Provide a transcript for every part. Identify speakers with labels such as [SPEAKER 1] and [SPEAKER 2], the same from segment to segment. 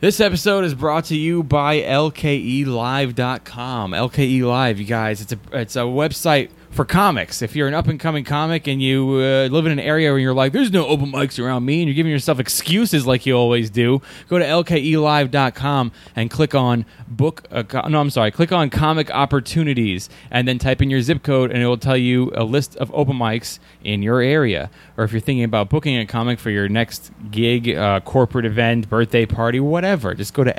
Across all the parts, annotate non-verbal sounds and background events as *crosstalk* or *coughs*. [SPEAKER 1] This episode is brought to you by E LKELive.com. LKE E Live, you guys, it's a it's a website for comics. If you're an up and coming comic and you uh, live in an area where you're like, there's no open mics around me, and you're giving yourself excuses like you always do, go to E LKELive.com and click on book. A co- no, I'm sorry, click on comic opportunities and then type in your zip code, and it will tell you a list of open mics in your area. Or if you're thinking about booking a comic for your next gig, uh, corporate event, birthday party, whatever, just go to E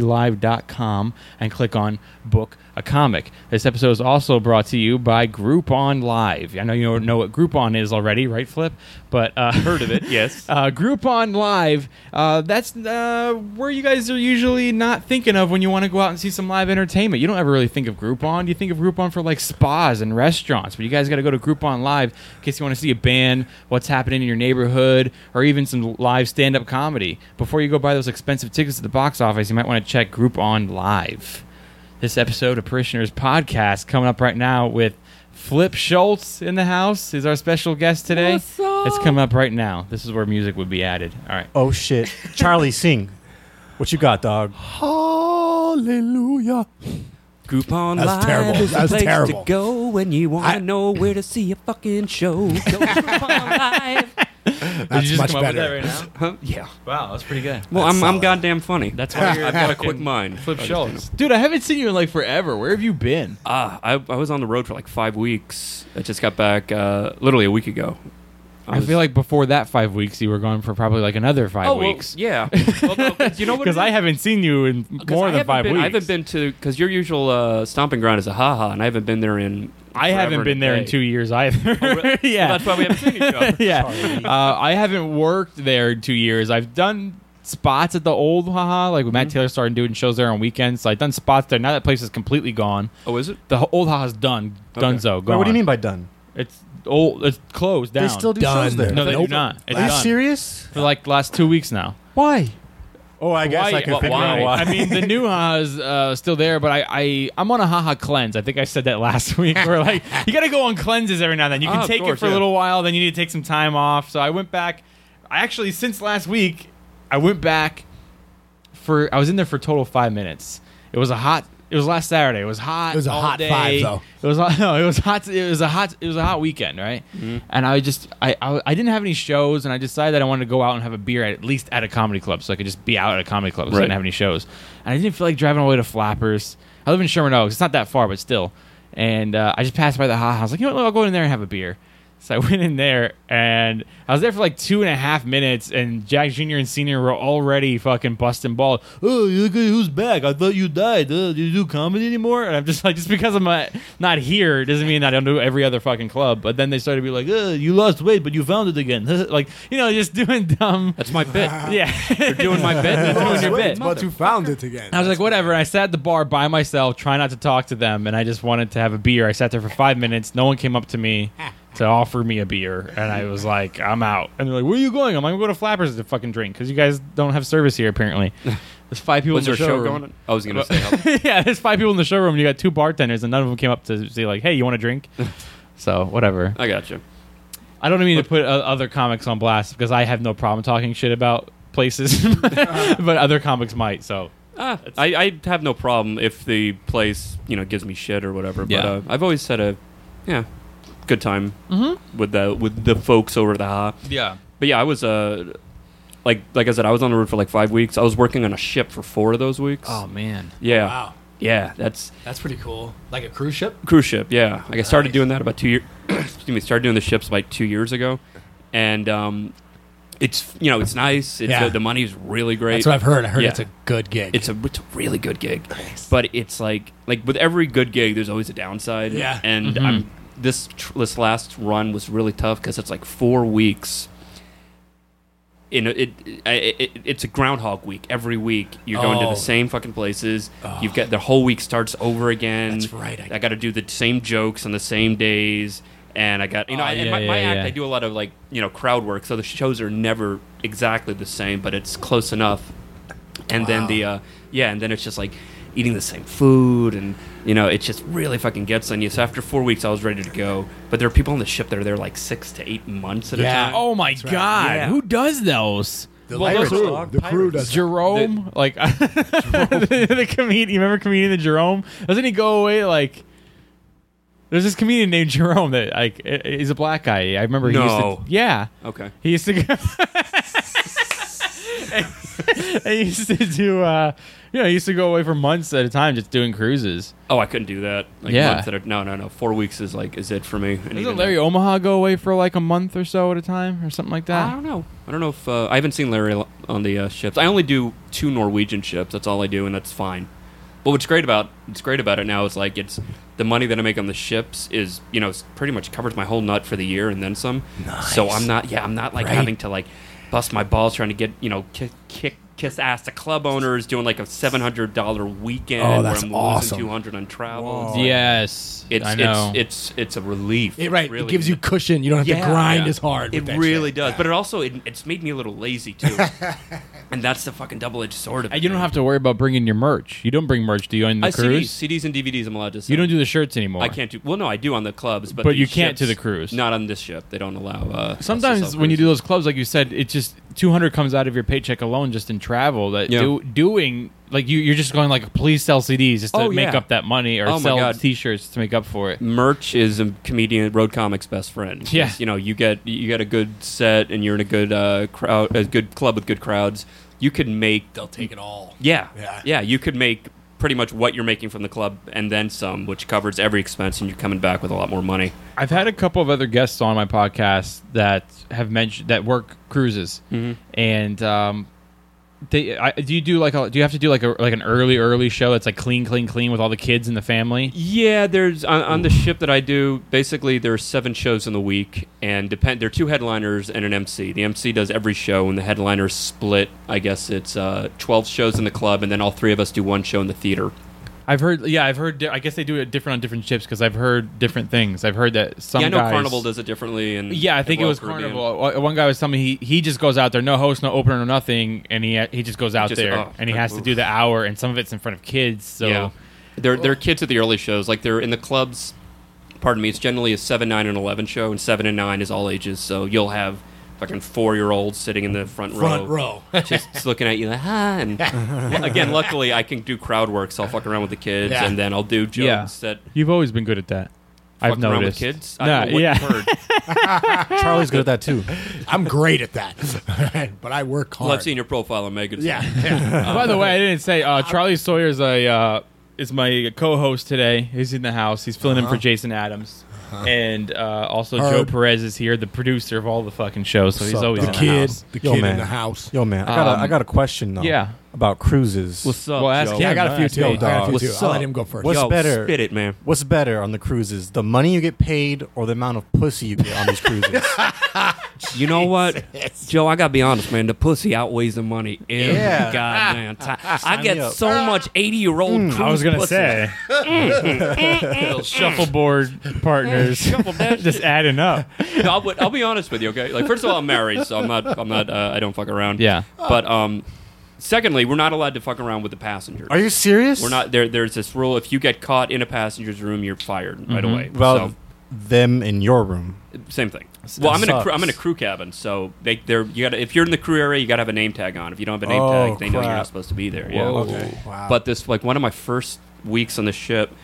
[SPEAKER 1] LKELive.com and click on book a comic. This episode is also brought to you by Groupon Live. I know you know what Groupon is already, right, Flip? But uh,
[SPEAKER 2] Heard of it, yes.
[SPEAKER 1] *laughs* uh, Groupon Live, uh, that's uh, where you guys are usually not thinking of when you want to go out and see some live entertainment. You don't ever really think of Groupon. You think of Groupon for like spas and restaurants, but you guys got to go to Groupon Live in case you want to see a band, what's happening in your neighborhood, or even some live stand up comedy. Before you go buy those expensive tickets at the box office, you might want to check Groupon Live this episode of Parishioners Podcast coming up right now with Flip Schultz in the house is our special guest today. It's coming up right now. This is where music would be added. All right.
[SPEAKER 2] Oh shit,
[SPEAKER 3] *laughs*
[SPEAKER 2] Charlie, sing. What you got, dog?
[SPEAKER 4] Hallelujah.
[SPEAKER 5] Groupon
[SPEAKER 4] That was
[SPEAKER 5] Live
[SPEAKER 4] terrible.
[SPEAKER 5] is
[SPEAKER 4] That
[SPEAKER 5] the
[SPEAKER 4] was
[SPEAKER 5] place
[SPEAKER 4] terrible.
[SPEAKER 5] to go when you want
[SPEAKER 4] I-
[SPEAKER 5] to know where to see a
[SPEAKER 1] *laughs*
[SPEAKER 5] fucking show. Go Groupon Live.
[SPEAKER 1] Oh,
[SPEAKER 4] That's much better.
[SPEAKER 1] *laughs*
[SPEAKER 5] Huh? Yeah.
[SPEAKER 1] Wow, that's pretty good.
[SPEAKER 5] Well,
[SPEAKER 4] That's
[SPEAKER 5] I'm, I'm
[SPEAKER 4] solid.
[SPEAKER 5] goddamn funny.
[SPEAKER 1] That's why you're
[SPEAKER 5] I've got a
[SPEAKER 1] fucking
[SPEAKER 5] quick mind.
[SPEAKER 1] Flip
[SPEAKER 5] I just
[SPEAKER 1] Schultz. Dude, I haven't seen you in like forever. Where have you been?
[SPEAKER 5] Ah, I, I was on the road for like five weeks. I just got back uh, literally a week ago.
[SPEAKER 1] I feel like before that five weeks, you were gone for probably like another five
[SPEAKER 5] oh, well,
[SPEAKER 1] weeks.
[SPEAKER 5] yeah. *laughs* Well, no, 'cause you
[SPEAKER 1] *laughs*
[SPEAKER 5] know what? it
[SPEAKER 1] Because I
[SPEAKER 5] is?
[SPEAKER 1] haven't seen you in
[SPEAKER 5] 'Cause
[SPEAKER 1] more
[SPEAKER 5] I
[SPEAKER 1] than
[SPEAKER 5] haven't
[SPEAKER 1] five
[SPEAKER 5] been-
[SPEAKER 1] weeks.
[SPEAKER 5] I haven't been to because your usual uh, stomping ground is a haha, and I haven't been there in.
[SPEAKER 1] I
[SPEAKER 5] forever
[SPEAKER 1] haven't
[SPEAKER 5] and
[SPEAKER 1] been
[SPEAKER 5] a
[SPEAKER 1] there in
[SPEAKER 5] day. Oh,
[SPEAKER 1] two years either. *laughs* yeah,
[SPEAKER 5] Well, that's why we haven't seen each other.
[SPEAKER 1] *laughs* yeah. Uh, I haven't worked there in two years. I've done spots at the old haha, like when
[SPEAKER 2] Mm-hmm.
[SPEAKER 1] Matt Taylor started doing shows there on weekends. So I've done spots there. Now that place is completely gone.
[SPEAKER 5] Oh, is it?
[SPEAKER 1] The ho- old haha's done.
[SPEAKER 5] Okay.
[SPEAKER 1] Dunzo. Gone.
[SPEAKER 2] Wait, what do you mean by done?
[SPEAKER 1] It's old. It's closed down.
[SPEAKER 2] They still do
[SPEAKER 4] Done.
[SPEAKER 2] shows there.
[SPEAKER 1] No, they
[SPEAKER 2] Nope.
[SPEAKER 1] do not. It's
[SPEAKER 2] Are you
[SPEAKER 1] done.
[SPEAKER 2] serious?
[SPEAKER 1] for like the last two weeks now.
[SPEAKER 2] Why? Oh, I guess I can
[SPEAKER 1] why-
[SPEAKER 2] figure out why.
[SPEAKER 1] I mean, the new haha is uh, still there, but I, I I'm on a haha cleanse. I think I said that *laughs* last week. Where like you got to go on cleanses every now and then. You can
[SPEAKER 5] Ah, of
[SPEAKER 1] take it
[SPEAKER 5] course,
[SPEAKER 1] for a
[SPEAKER 5] yeah.
[SPEAKER 1] little while, then you need to take some time off. So I went back. I actually since last week, I went back for I was in there for a total of five minutes. It was a hot. It was last Saturday. It was hot.
[SPEAKER 4] It was a
[SPEAKER 1] all
[SPEAKER 4] hot
[SPEAKER 1] day.
[SPEAKER 4] five, though.
[SPEAKER 1] It was no. It was hot. *laughs* It was a hot. It was a hot weekend, right? And I just I, I I didn't have any shows, and I decided that I wanted to go out and have a beer at, at least at a comedy club, so I could just be out at a comedy club. So I
[SPEAKER 5] Right.
[SPEAKER 1] didn't have any shows, and I didn't feel like driving all the way to Flappers. I live in Sherman Oaks. It's not that far, but still. And uh, I just passed by the hot house. Like you know what? I'll go in there and have a beer. So I *laughs* went in there and I was there for like two and a half minutes, and Jack Jr. and Senior were already fucking busting balls. Oh, look at who's back! I thought you died. Uh, do you do comedy anymore? And I'm just like, just because I'm not, not here doesn't mean I don't do every other fucking club. But then they started to be like, oh, you lost weight, but you found it again. *laughs* like you know, just *laughs* doing dumb.
[SPEAKER 5] That's my bit.
[SPEAKER 1] Yeah,
[SPEAKER 5] You're doing
[SPEAKER 1] *laughs*
[SPEAKER 5] my bit. You're doing your bit.
[SPEAKER 4] But you found it again.
[SPEAKER 1] I was like, whatever. And I sat at the bar by myself, trying not to talk to them, and I just wanted to have a beer. I sat there for five minutes. No one came up to me. to offer me a beer, and I was like, "I'm out." And they're like, "Where are you going?" I'm like, "I'm going to Flappers to fucking drink because you guys don't have service here apparently." *laughs* There's five people
[SPEAKER 5] Was
[SPEAKER 1] in
[SPEAKER 5] there
[SPEAKER 1] the
[SPEAKER 5] a show
[SPEAKER 1] showroom.
[SPEAKER 5] going on? I was going to say. I'll-
[SPEAKER 1] *laughs* yeah, there's five people in the showroom. and You got two bartenders, and none of them came up to say like, "Hey, you want a
[SPEAKER 5] *laughs*
[SPEAKER 1] drink?" so whatever. *laughs*
[SPEAKER 5] I got you.
[SPEAKER 1] I don't mean to put uh, other comics on blast because I have no problem talking shit about places, *laughs*
[SPEAKER 5] *laughs*
[SPEAKER 1] but other comics might. So
[SPEAKER 5] Ah, I, I have no problem if the place you know gives me shit or whatever. But
[SPEAKER 1] Yeah.
[SPEAKER 5] uh, I've always had a yeah good time with the with the folks over the ha.
[SPEAKER 1] yeah,
[SPEAKER 5] But yeah, I was uh like like I said, I was on the road for like five weeks. I was working on a ship for four of those weeks.
[SPEAKER 1] Oh, man,
[SPEAKER 5] yeah,
[SPEAKER 3] Oh, Wow.
[SPEAKER 5] yeah, that's
[SPEAKER 3] That's pretty cool. Like a cruise ship?
[SPEAKER 5] cruise ship. Yeah, like I started
[SPEAKER 3] Nice.
[SPEAKER 5] doing that about two years. *coughs* excuse me, started doing the ships like two years ago, and um, it's you know it's nice. It's,
[SPEAKER 3] Yeah.
[SPEAKER 5] the, the money's really great.
[SPEAKER 3] That's what I've heard. I heard
[SPEAKER 5] Yeah.
[SPEAKER 3] it's a good gig.
[SPEAKER 5] it's a it's a really good gig, but it's like like with every good gig, there's always a downside.
[SPEAKER 3] Yeah.
[SPEAKER 5] and
[SPEAKER 1] Mm-hmm.
[SPEAKER 5] I'm this tr- this last run was really tough because it's like four weeks. In a, it, I- it, it's a Groundhog Week. Every week you're going to
[SPEAKER 3] Oh.
[SPEAKER 5] the same fucking places. You've got the whole week starts over again.
[SPEAKER 3] That's right.
[SPEAKER 5] I, got to do the same jokes on the same days, and I got you know.
[SPEAKER 1] Oh,
[SPEAKER 5] I, and
[SPEAKER 1] yeah,
[SPEAKER 5] my, my
[SPEAKER 1] yeah,
[SPEAKER 5] act,
[SPEAKER 1] yeah.
[SPEAKER 5] I do a lot of like you know crowd work, so the shows are never exactly the same, but it's close enough and then the uh, yeah, and then it's just like eating the same food, and you know, it just really fucking gets on you. So after four weeks, I was ready to go, but there are people on the ship that are there like six to eight months at
[SPEAKER 3] Yeah.
[SPEAKER 5] a time.
[SPEAKER 1] oh my god,
[SPEAKER 5] Yeah.
[SPEAKER 1] who does those?
[SPEAKER 4] The,
[SPEAKER 1] Well,
[SPEAKER 4] pirates,
[SPEAKER 1] those were-
[SPEAKER 4] dog. the crew does.
[SPEAKER 1] Jerome, like *laughs* the, the *laughs* comedian. You remember comedian the Jerome? Doesn't he go away like? There's this comedian named Jerome that like i- i- he's a black guy. I remember he
[SPEAKER 5] No.
[SPEAKER 1] used to yeah.
[SPEAKER 5] Okay,
[SPEAKER 1] He used to go. *laughs* he used to do uh you know, he used to go away for months at a time just doing cruises.
[SPEAKER 5] oh, I couldn't do that. Like
[SPEAKER 1] Yeah.
[SPEAKER 5] months at a- no, no, no, four weeks is like is it for me? And
[SPEAKER 1] Doesn't
[SPEAKER 5] even-
[SPEAKER 1] Larry Omaha go away for like a month or so at a time or something like
[SPEAKER 3] Uh,
[SPEAKER 5] I
[SPEAKER 1] that?
[SPEAKER 5] don't know. I don't know if uh, I haven't seen Larry l- on the uh, ships. I only do two Norwegian ships. That's all I do, and that's fine. But what's great about what's great about it now is like it's the money that I make on the ships is you know it's pretty much covers my whole nut for the year and then some. So I'm not yeah I'm not like having to like bust my balls trying to get you know kick kick kiss ass to club owners doing like a seven hundred dollar weekend
[SPEAKER 4] Oh, that's
[SPEAKER 5] where I'm
[SPEAKER 4] awesome.
[SPEAKER 5] losing two hundred on travel. It's-
[SPEAKER 1] Yes.
[SPEAKER 5] It's,
[SPEAKER 1] I know.
[SPEAKER 5] it's it's it's a relief.
[SPEAKER 3] It- right.
[SPEAKER 5] really
[SPEAKER 3] it gives you
[SPEAKER 5] is.
[SPEAKER 3] cushion. You don't have to grind as hard.
[SPEAKER 5] It really does, but it also it, it's made me a little
[SPEAKER 1] *laughs*
[SPEAKER 5] lazy too, and that's the fucking double edged sword of it.
[SPEAKER 1] and Uh, you don't have to worry about bringing your merch. You don't bring merch, do you, on the
[SPEAKER 5] I CDs,
[SPEAKER 1] cruise?
[SPEAKER 5] CDs and DVDs. I'm allowed to. Sell.
[SPEAKER 1] You don't do the shirts anymore.
[SPEAKER 5] I can't do. Well, no, I do on the clubs, but
[SPEAKER 1] But
[SPEAKER 5] the
[SPEAKER 1] you can't do
[SPEAKER 5] ships-
[SPEAKER 1] the cruise.
[SPEAKER 5] Not on this ship. They don't allow. Uh, us to
[SPEAKER 1] Sometimes
[SPEAKER 5] sell
[SPEAKER 1] when you do
[SPEAKER 5] cruises.
[SPEAKER 1] those clubs, like you said, it just two hundred comes out of your paycheck alone just in travel. That
[SPEAKER 5] Yeah.
[SPEAKER 1] do, doing like you, you're just going like, please sell CDs just to
[SPEAKER 5] Oh,
[SPEAKER 1] make
[SPEAKER 5] yeah.
[SPEAKER 1] up that money, or
[SPEAKER 5] Oh, my
[SPEAKER 1] sell
[SPEAKER 5] God.
[SPEAKER 1] T-shirts to make up for it.
[SPEAKER 5] merch is a comedian road comics best friend.
[SPEAKER 1] Yeah.
[SPEAKER 5] you know you get you get a good set, and you're in a good uh, crowd, a good club with good crowds. You could make
[SPEAKER 3] They'll take it all.
[SPEAKER 5] Yeah.
[SPEAKER 3] Yeah.
[SPEAKER 5] You could make pretty much what you're making from the club and then some, which covers every expense, and you're coming back with a lot more money.
[SPEAKER 1] I've had a couple of other guests on my podcast that have mentioned that work cruises,
[SPEAKER 5] Mm-hmm.
[SPEAKER 1] and um, they I, do you do like a, do you have to do like a like an early early show that's like clean clean clean with all the kids and the family?
[SPEAKER 5] Yeah, there's on, on the ship that I do. Basically, there are seven shows in the week, and depend there are two headliners and an MC. The MC does every show, and the headliners split. I guess it's uh, twelve shows in the club, and then all three of us do one show in the theater.
[SPEAKER 1] I've heard yeah I've heard di- I guess they do it different on different ships because I've heard different things. I've heard that some
[SPEAKER 5] yeah, I know
[SPEAKER 1] guys-
[SPEAKER 5] Carnival does it differently, and
[SPEAKER 1] Yeah, I
[SPEAKER 5] and
[SPEAKER 1] think it
[SPEAKER 5] Royal
[SPEAKER 1] was
[SPEAKER 5] Caribbean.
[SPEAKER 1] Carnival. O- One guy was telling me he, he just goes out there, no host, no opener, no nothing, and he he just goes out
[SPEAKER 5] Just-
[SPEAKER 1] there
[SPEAKER 5] oh,
[SPEAKER 1] and he
[SPEAKER 5] good
[SPEAKER 1] has to
[SPEAKER 5] move.
[SPEAKER 1] do the hour, and some of it's in front of kids. So
[SPEAKER 5] Yeah. They're, they're kids at the early shows. Like, they're in the clubs. Pardon me. It's generally a 7, 9, and 11 show, and 7 and 9 is all ages. So you'll have fucking four year olds sitting in the front,
[SPEAKER 3] Front row.
[SPEAKER 5] *laughs* just looking at you like, ah. And well, again, luckily, I can do crowd work, so I'll fuck around with the kids,
[SPEAKER 3] Yeah.
[SPEAKER 5] and then I'll do jokes
[SPEAKER 1] Yeah.
[SPEAKER 5] that.
[SPEAKER 1] you've always been good at that. I've
[SPEAKER 5] fuck around with
[SPEAKER 1] noticed.
[SPEAKER 5] kids.
[SPEAKER 1] Nah,
[SPEAKER 5] I don't know what
[SPEAKER 1] yeah.
[SPEAKER 5] you've heard.
[SPEAKER 2] Charlie's good at that
[SPEAKER 3] *laughs*
[SPEAKER 2] too.
[SPEAKER 4] I'm great at that, but I work hard.
[SPEAKER 5] Well, I've seen your profile on Megan. *laughs*
[SPEAKER 4] yeah, yeah.
[SPEAKER 1] By the way, I didn't say uh, Charlie Sawyer is a uh, is my co-host today. He's in the house. He's filling in for Jason Adams, and uh, also Joe
[SPEAKER 4] Heard.
[SPEAKER 1] Perez is here, the producer of all the fucking shows. So he's always
[SPEAKER 4] the
[SPEAKER 1] in the
[SPEAKER 4] kid,
[SPEAKER 1] house.
[SPEAKER 4] the
[SPEAKER 2] Yo,
[SPEAKER 4] kid
[SPEAKER 2] man.
[SPEAKER 4] in the house.
[SPEAKER 2] Yo, man, I got,
[SPEAKER 1] Um,
[SPEAKER 2] a, I got a question though.
[SPEAKER 1] Yeah.
[SPEAKER 2] about cruises.
[SPEAKER 5] What's up?
[SPEAKER 1] Well, ask
[SPEAKER 5] Joe?
[SPEAKER 1] him.
[SPEAKER 4] Yeah, I got a few
[SPEAKER 2] Nice.
[SPEAKER 4] too.
[SPEAKER 2] Yo,
[SPEAKER 4] I got a few
[SPEAKER 2] dog.
[SPEAKER 4] too.
[SPEAKER 5] What's
[SPEAKER 4] I'll let
[SPEAKER 5] up?
[SPEAKER 4] him go first.
[SPEAKER 2] What's
[SPEAKER 5] Yo,
[SPEAKER 2] better?
[SPEAKER 5] Spit it, man.
[SPEAKER 2] What's better on the cruises? The money you get paid or the amount of pussy you get on these
[SPEAKER 5] *laughs*
[SPEAKER 2] cruises?
[SPEAKER 5] You know what, Joe? I gotta be honest, man. The pussy outweighs the money every
[SPEAKER 2] Yeah. *laughs*
[SPEAKER 5] goddamn time. I
[SPEAKER 2] me
[SPEAKER 5] get
[SPEAKER 2] up. Hmm,
[SPEAKER 5] so much eighty-year-old. cruise
[SPEAKER 6] I was gonna
[SPEAKER 5] pussy.
[SPEAKER 6] say shuffleboard partners, just adding up.
[SPEAKER 5] No, I would, I'll be honest with you, okay? Like, first of all, I'm married, so I'm not. I'm not. Uh, I don't fuck around.
[SPEAKER 1] Yeah.
[SPEAKER 5] But um, secondly, we're not allowed to fuck around with the passengers.
[SPEAKER 2] Are you serious?
[SPEAKER 5] We're not. There, there's this rule: if you get caught in a passenger's room, you're fired right away.
[SPEAKER 2] Mm-hmm. Well, them in your
[SPEAKER 5] *laughs*
[SPEAKER 2] room.
[SPEAKER 5] so, same thing. Well, I'm in a
[SPEAKER 2] sucks.
[SPEAKER 5] crew, I'm in a crew cabin, so they they're you got to if you're in the crew area, you got to have a name tag on. If you don't have a name
[SPEAKER 2] Oh,
[SPEAKER 5] tag, they know you're
[SPEAKER 2] crap.
[SPEAKER 5] not supposed to be there. Yeah.
[SPEAKER 2] Okay.
[SPEAKER 4] Wow.
[SPEAKER 5] But this, like, one of my first weeks on the ship,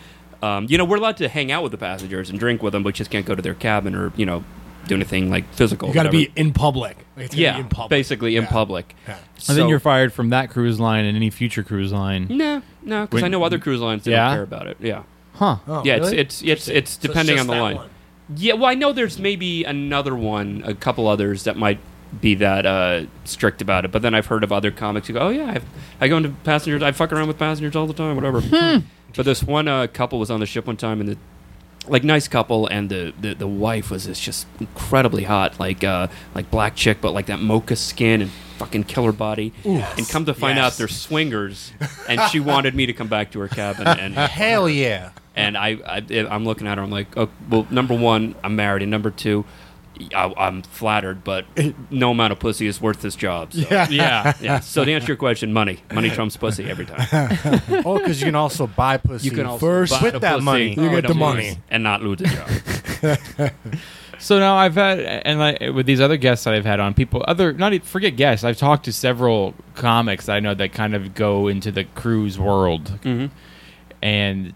[SPEAKER 5] um, you know, we're allowed to hang out with the passengers and drink with them, but you just can't go to their cabin or you know do anything like physical.
[SPEAKER 4] you got to
[SPEAKER 5] whatever.
[SPEAKER 4] be in public. Like, it's gotta
[SPEAKER 5] yeah,
[SPEAKER 4] be in public.
[SPEAKER 5] basically in
[SPEAKER 4] Yeah.
[SPEAKER 5] public.
[SPEAKER 4] Yeah.
[SPEAKER 1] And
[SPEAKER 5] So-
[SPEAKER 1] then you're fired from that cruise line and any future cruise line.
[SPEAKER 5] No, no, because I
[SPEAKER 1] When-
[SPEAKER 5] know other cruise lines they
[SPEAKER 1] Yeah?
[SPEAKER 5] don't care about it. Yeah,
[SPEAKER 1] Huh.
[SPEAKER 4] Oh,
[SPEAKER 5] yeah,
[SPEAKER 4] really?
[SPEAKER 5] it's it's it's it's
[SPEAKER 3] So it's
[SPEAKER 5] depending
[SPEAKER 3] just
[SPEAKER 5] on the
[SPEAKER 3] that
[SPEAKER 5] line.
[SPEAKER 3] one.
[SPEAKER 5] Yeah, well, I know there's maybe another one, a couple others that might be that uh, strict about it. But then I've heard of other comics who go, "Oh yeah, I've, I go into passengers, I fuck around with passengers all the time, whatever."
[SPEAKER 4] Hmm.
[SPEAKER 5] But this one uh, couple was on the ship one time, and the like nice couple, and the the, the wife was this just incredibly hot, like uh, like black chick, but like that mocha skin and fucking killer body. And come to find out,
[SPEAKER 4] Yes.
[SPEAKER 5] they're swingers, and she wanted me to come back to her cabin and
[SPEAKER 2] Hell yeah.
[SPEAKER 5] and I, I I'm looking at her. I'm like, oh, well, number one, I'm married, and number two, I, I'm flattered, *laughs* but no amount of pussy is worth this job. So. Yeah.
[SPEAKER 1] Yeah.
[SPEAKER 5] So to answer your question, money, money trumps pussy every time.
[SPEAKER 2] Oh, because you can also buy pussy.
[SPEAKER 5] *laughs* You can also
[SPEAKER 2] first
[SPEAKER 5] buy
[SPEAKER 2] with
[SPEAKER 5] the
[SPEAKER 2] that
[SPEAKER 5] pussy
[SPEAKER 2] money.
[SPEAKER 4] You get the
[SPEAKER 5] with
[SPEAKER 4] money.
[SPEAKER 5] and not lose a job. *laughs*
[SPEAKER 1] So now I've had, and like with these other guests that I've had on, people, other, not even- forget guests, I've talked to several comics that I know that kind of go into the cruise world.
[SPEAKER 5] Mm-hmm.
[SPEAKER 1] And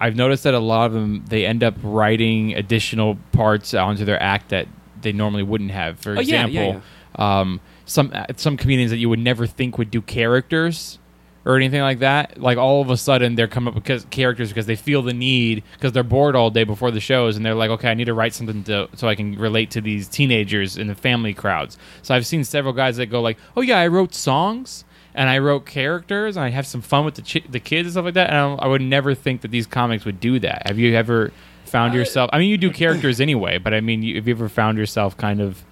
[SPEAKER 1] I've noticed that a lot of them, they end up writing additional parts onto their act that they normally wouldn't have. For
[SPEAKER 5] Oh, yeah, yeah,
[SPEAKER 1] example, Um, some, some comedians that you would never think would do characters. Or anything like that. Like all of a sudden, they're coming up because characters because they feel the need because they're bored all day before the shows, and they're like, "Okay, I need to write something to, so I can relate to these teenagers in the family crowds." So I've seen several guys that go like, "Oh yeah, I wrote songs and I wrote characters and I have some fun with the chi- the kids and stuff like that." And I, I would never think that these comics would do that. Have you ever found yourself? I mean, you do characters anyway, but I mean, you, have you ever found yourself kind of?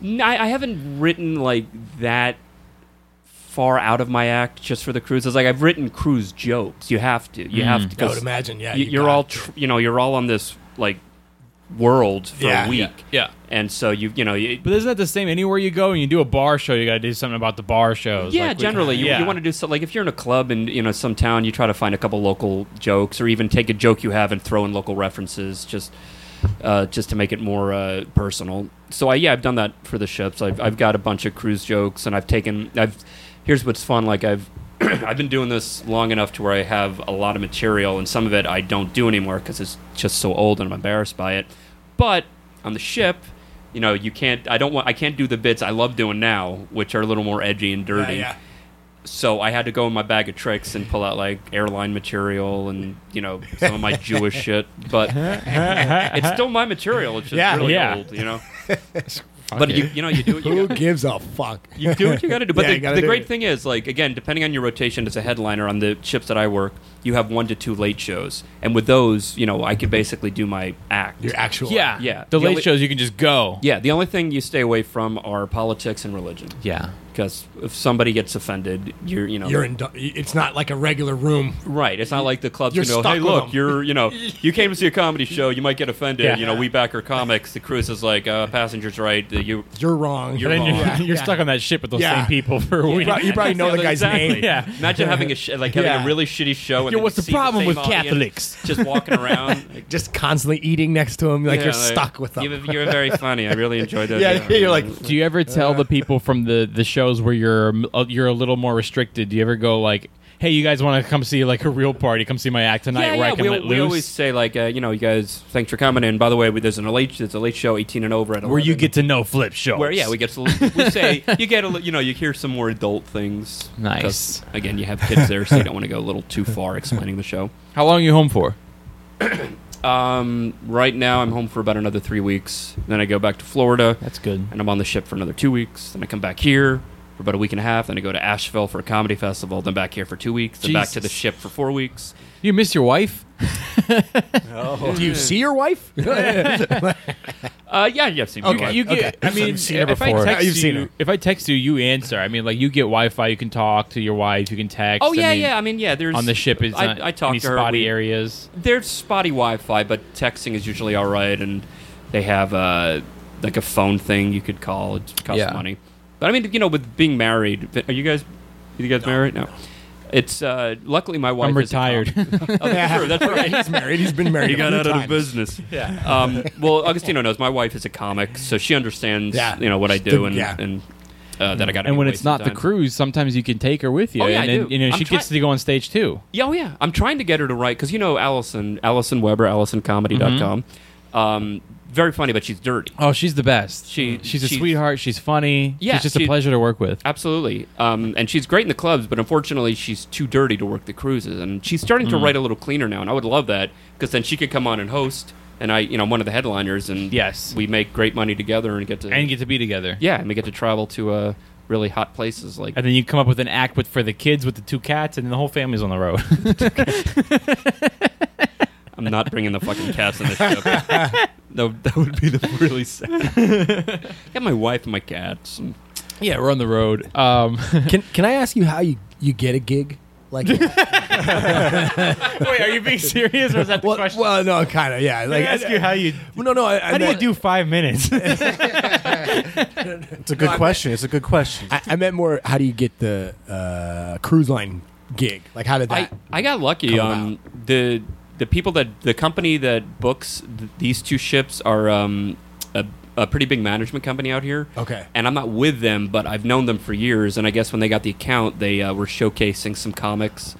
[SPEAKER 5] No, I, I haven't written like that far out of my act just for the cruises. Like I've written cruise jokes. You have to. You have to.
[SPEAKER 4] Mm. I would imagine. Yeah.
[SPEAKER 5] you,
[SPEAKER 4] you
[SPEAKER 5] you're
[SPEAKER 4] got
[SPEAKER 5] all
[SPEAKER 4] it.
[SPEAKER 5] tr- you know you're all on this like world for
[SPEAKER 4] Yeah.
[SPEAKER 5] a week
[SPEAKER 1] Yeah.
[SPEAKER 5] and so you you know you,
[SPEAKER 1] But isn't that the same anywhere you go and you do a bar show? You got to do something about the bar shows.
[SPEAKER 5] yeah
[SPEAKER 1] like we-
[SPEAKER 5] generally you,
[SPEAKER 1] yeah.
[SPEAKER 5] you want to do so like if you're in a club in you know some town you try to find a couple local jokes or even take a joke you have and throw in local references just uh, just to make it more uh, personal so i yeah i've done that for the ships I've, I've got a bunch of cruise jokes and i've taken i've here's what's fun like i've *clears throat* i've been doing this long enough to where i have a lot of material and some of it i don't do anymore because it's just so old and i'm embarrassed by it but on the ship you know you can't i don't want i can't do the bits i love doing now which are a little more edgy and dirty
[SPEAKER 4] Yeah, yeah.
[SPEAKER 5] so I had to go in my bag of tricks and pull out like airline material and you know some of my
[SPEAKER 4] *laughs*
[SPEAKER 5] Jewish shit, but it's still my material. It's just
[SPEAKER 4] Yeah.
[SPEAKER 5] really
[SPEAKER 1] Yeah.
[SPEAKER 5] old, you know. but you you know you do what you
[SPEAKER 4] Who
[SPEAKER 5] got,
[SPEAKER 4] gives a fuck?
[SPEAKER 5] you do what you got to do. But
[SPEAKER 4] Yeah,
[SPEAKER 5] the,
[SPEAKER 4] you gotta
[SPEAKER 5] the
[SPEAKER 4] do
[SPEAKER 5] great
[SPEAKER 4] it.
[SPEAKER 5] thing is like again, depending on your rotation as a headliner on the ships that I work, you have one to two late shows, and with those, you know, I could basically do my act.
[SPEAKER 4] Your actual.
[SPEAKER 1] Yeah,
[SPEAKER 5] Yeah.
[SPEAKER 1] The
[SPEAKER 5] The
[SPEAKER 1] late
[SPEAKER 5] only-
[SPEAKER 1] shows you can just go.
[SPEAKER 5] Yeah, the only thing you stay away from are politics and religion,
[SPEAKER 1] Yeah.
[SPEAKER 5] because if somebody gets offended, you're you know
[SPEAKER 4] You're in. It's not like a regular room.
[SPEAKER 5] Right. It's not like the clubs
[SPEAKER 4] You're
[SPEAKER 5] can go,
[SPEAKER 4] stuck
[SPEAKER 5] hey,
[SPEAKER 4] with
[SPEAKER 5] look,
[SPEAKER 4] them."
[SPEAKER 5] you're, you
[SPEAKER 4] *laughs*
[SPEAKER 5] know, you came to see a comedy show. You might get offended.
[SPEAKER 6] Yeah.
[SPEAKER 5] You know, we back our comics. The cruise is like, uh, passenger's right. The, you,
[SPEAKER 4] You're wrong.
[SPEAKER 5] You're
[SPEAKER 1] And
[SPEAKER 5] wrong.
[SPEAKER 1] you're, *laughs*
[SPEAKER 4] Yeah,
[SPEAKER 1] you're
[SPEAKER 4] yeah.
[SPEAKER 1] stuck on that ship with those
[SPEAKER 4] Yeah.
[SPEAKER 1] same people for a week.
[SPEAKER 4] pro- you probably know the guy's
[SPEAKER 5] Exactly.
[SPEAKER 4] name.
[SPEAKER 1] Yeah. *laughs*
[SPEAKER 5] Imagine having a sh- like having
[SPEAKER 4] Yeah.
[SPEAKER 5] a really shitty show. And
[SPEAKER 1] Yo,
[SPEAKER 5] then
[SPEAKER 1] what's
[SPEAKER 5] you
[SPEAKER 1] the
[SPEAKER 5] see
[SPEAKER 1] problem
[SPEAKER 5] same
[SPEAKER 1] with
[SPEAKER 5] audience
[SPEAKER 1] Catholics?
[SPEAKER 5] *laughs* Just walking
[SPEAKER 1] *laughs*
[SPEAKER 5] around. Like,
[SPEAKER 4] Just constantly eating next to him, like
[SPEAKER 5] yeah,
[SPEAKER 4] you're stuck with them.
[SPEAKER 5] You, were- you were very funny. I
[SPEAKER 1] *laughs*
[SPEAKER 5] really enjoyed that.
[SPEAKER 4] yeah, *laughs* you're like,
[SPEAKER 1] Do you ever tell the people from the, the shows where you're uh, you're a little more restricted? Do you ever go like, "Hey, you guys want to come see like a real party? Come see my act tonight
[SPEAKER 5] yeah,
[SPEAKER 1] where
[SPEAKER 5] yeah.
[SPEAKER 1] I can
[SPEAKER 5] we,
[SPEAKER 1] let
[SPEAKER 5] we
[SPEAKER 1] loose."
[SPEAKER 5] always say like, uh, you know, you guys, thanks for coming. And by the way, we, there's an a late, there's a late show, 18 and over at 11.
[SPEAKER 1] where you get to know Flip Show.
[SPEAKER 5] Where yeah, we get to
[SPEAKER 1] *laughs*
[SPEAKER 5] we say you get a li- you know you hear some more adult things.
[SPEAKER 1] Nice.
[SPEAKER 5] 'Cause, Again, you have kids there, so you don't want to go a little too far explaining the show.
[SPEAKER 1] How long are you home for?
[SPEAKER 5] Um, right now, I'm home for about another three weeks. Then I go back to Florida,
[SPEAKER 1] That's good.
[SPEAKER 5] and I'm on the ship for another two weeks. Then I come back here, for about a week and a half. Then I go to Asheville for a comedy festival. Then back here for two weeks. Then back to the
[SPEAKER 1] Jesus.
[SPEAKER 5] ship for four weeks.
[SPEAKER 1] You miss your wife?
[SPEAKER 4] Do you see your wife?
[SPEAKER 5] Uh, yeah, yeah, see, okay,
[SPEAKER 1] You get. I mean,
[SPEAKER 2] You've seen her
[SPEAKER 1] if I
[SPEAKER 2] before.
[SPEAKER 1] text
[SPEAKER 2] You've
[SPEAKER 1] you,
[SPEAKER 2] seen her.
[SPEAKER 1] if I text you, you answer. I mean, like you get Wi-Fi, you can talk to your wife, you can text.
[SPEAKER 5] Oh yeah,
[SPEAKER 1] I mean,
[SPEAKER 5] yeah. I mean, yeah. There's
[SPEAKER 1] On the ship, is
[SPEAKER 5] I,
[SPEAKER 1] not
[SPEAKER 5] I talk
[SPEAKER 1] any
[SPEAKER 5] to her.
[SPEAKER 1] spotty
[SPEAKER 5] we-
[SPEAKER 1] areas.
[SPEAKER 5] There's spotty Wi-Fi, but texting is usually all right, and they have uh, like a phone thing you could call. It costs
[SPEAKER 1] Yeah.
[SPEAKER 5] money, but I mean, you know, with being married, are you guys? You guys married? No. It's uh, luckily my wife.
[SPEAKER 1] I'm
[SPEAKER 5] is a com-
[SPEAKER 1] retired.
[SPEAKER 5] *laughs* oh, that's true. That's right.
[SPEAKER 4] He's married. He's been married.
[SPEAKER 5] He got
[SPEAKER 4] a few
[SPEAKER 5] out of the
[SPEAKER 4] times.
[SPEAKER 5] business. Yeah. Um, well, Augustino knows my wife is a comic, so she understands
[SPEAKER 4] Yeah.
[SPEAKER 5] you know what I do and,
[SPEAKER 4] Yeah.
[SPEAKER 5] and uh, that I got.
[SPEAKER 1] and when it's not the cruise, sometimes you can take her with you.
[SPEAKER 5] Oh, yeah,
[SPEAKER 1] and,
[SPEAKER 5] I
[SPEAKER 1] then,
[SPEAKER 5] do.
[SPEAKER 1] you know,
[SPEAKER 5] I'm
[SPEAKER 1] she
[SPEAKER 5] try-
[SPEAKER 1] gets to go on stage too.
[SPEAKER 5] Yeah, oh yeah. I'm trying to get her to write because you know Allison, Allison Weber,
[SPEAKER 1] Mm-hmm.
[SPEAKER 5] AllisonComedy.com. Um, very funny, but she's dirty.
[SPEAKER 1] Oh, she's the best.
[SPEAKER 5] She-
[SPEAKER 1] she's a
[SPEAKER 5] she's-
[SPEAKER 1] sweetheart. She's funny.
[SPEAKER 5] Yeah,
[SPEAKER 1] she's just
[SPEAKER 5] she-
[SPEAKER 1] a pleasure to work with.
[SPEAKER 5] Absolutely. Um, and she's great in the clubs, but unfortunately, she's too dirty to work the cruises. And she's starting
[SPEAKER 1] Mm.
[SPEAKER 5] to write a little cleaner now, and I would love that because then she could come on and host. And I, you know, I'm one of the headliners, and
[SPEAKER 1] Yes.
[SPEAKER 5] we make great money together and get to
[SPEAKER 1] And get to be together.
[SPEAKER 5] yeah, and we get to travel to uh, really hot places like
[SPEAKER 1] And then you come up with an act with for the kids with the two cats, and then the whole family's on the road.
[SPEAKER 5] I'm not bringing the fucking cats
[SPEAKER 1] *laughs*
[SPEAKER 5] in the ship. that, would- that would be the *laughs* really sad.
[SPEAKER 1] *laughs*
[SPEAKER 5] Get my wife and my cats. And
[SPEAKER 1] yeah, we're on the road. *laughs* *laughs* Um,
[SPEAKER 4] *laughs* Can Can I ask you how you you get a gig? Like,
[SPEAKER 1] Wait, are you being serious, or is that the
[SPEAKER 4] well,
[SPEAKER 1] question?
[SPEAKER 4] well, no, kind of, yeah. Like,
[SPEAKER 6] ask you how you
[SPEAKER 4] no, no. I,
[SPEAKER 6] how do you do five
[SPEAKER 1] *laughs*
[SPEAKER 6] minutes?
[SPEAKER 2] It's
[SPEAKER 5] *laughs*
[SPEAKER 2] a good question. It's a good question.
[SPEAKER 4] I, I meant more. How do you get the uh, cruise line gig? Like, how did
[SPEAKER 5] I,
[SPEAKER 4] that?
[SPEAKER 5] I got lucky.
[SPEAKER 4] Come
[SPEAKER 5] Um, the the people that the company that books th- these two ships are um, a, a pretty big management company out here.
[SPEAKER 4] okay.
[SPEAKER 5] And I'm not with them, but I've known them for years. And I guess when they got the account, they uh, were showcasing some comics.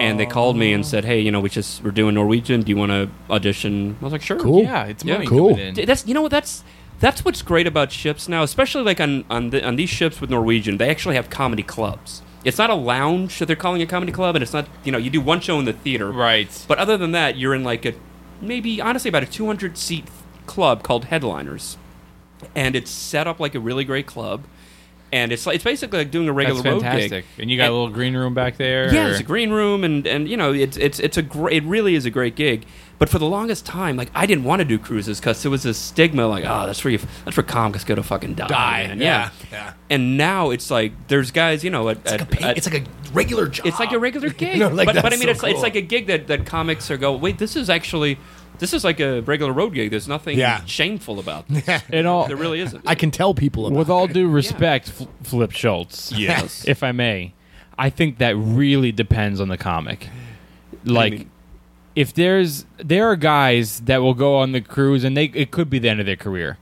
[SPEAKER 5] And they called me and said, "Hey, you know, we just we're doing Norwegian. Do you want to audition?" I was like, "Sure."
[SPEAKER 4] Cool.
[SPEAKER 1] yeah, it's
[SPEAKER 5] Yeah,
[SPEAKER 1] money
[SPEAKER 4] cool.
[SPEAKER 1] coming in.
[SPEAKER 5] D- that's you know what that's that's what's great about ships now, especially like on on, the, on these ships with Norwegian. They actually have comedy clubs. It's not a lounge that they're calling a comedy club, and it's not you know you do one show in the theater,
[SPEAKER 1] Right.
[SPEAKER 5] But other than that, you're in like a maybe honestly about a 200 seat club called Headliners, and it's set up like a really great club, and it's like, it's basically like doing a regular
[SPEAKER 1] That's
[SPEAKER 5] road
[SPEAKER 1] fantastic.
[SPEAKER 5] gig.
[SPEAKER 1] And you got a little green room back there.
[SPEAKER 5] Yeah,
[SPEAKER 1] or-
[SPEAKER 5] it's a green room, and and you know, it's it's it's a gr- it really is a great gig. But for the longest time, like I didn't want to do cruises because there was this stigma, like, oh, that's where you, that's where comics go to fucking die.
[SPEAKER 3] Die,
[SPEAKER 5] man."
[SPEAKER 3] yeah,
[SPEAKER 5] yeah.
[SPEAKER 3] yeah.
[SPEAKER 5] And now it's like there's guys, you know, at,
[SPEAKER 3] It's
[SPEAKER 5] at-
[SPEAKER 3] like, a pay,
[SPEAKER 5] at-
[SPEAKER 3] it's like a regular job.
[SPEAKER 5] it's like
[SPEAKER 2] "Ah."
[SPEAKER 5] a regular gig.
[SPEAKER 4] No, like,
[SPEAKER 5] but, but I
[SPEAKER 4] that's
[SPEAKER 5] mean,
[SPEAKER 4] so
[SPEAKER 5] it's it's
[SPEAKER 4] cool.
[SPEAKER 5] like a gig that, that comics are go, wait, this is actually, this is like a regular road gig. There's nothing
[SPEAKER 4] Yeah.
[SPEAKER 5] shameful about this.
[SPEAKER 1] And all,
[SPEAKER 5] there really isn't.
[SPEAKER 4] I can tell people about.
[SPEAKER 1] with all
[SPEAKER 5] *laughs*
[SPEAKER 1] due respect, F- Flip Schultz,
[SPEAKER 5] Yes.
[SPEAKER 1] if I may, I think that really depends on the comic. Like,
[SPEAKER 5] mean?
[SPEAKER 1] if there's there are guys that will go on the cruise and they it could be the end of their career,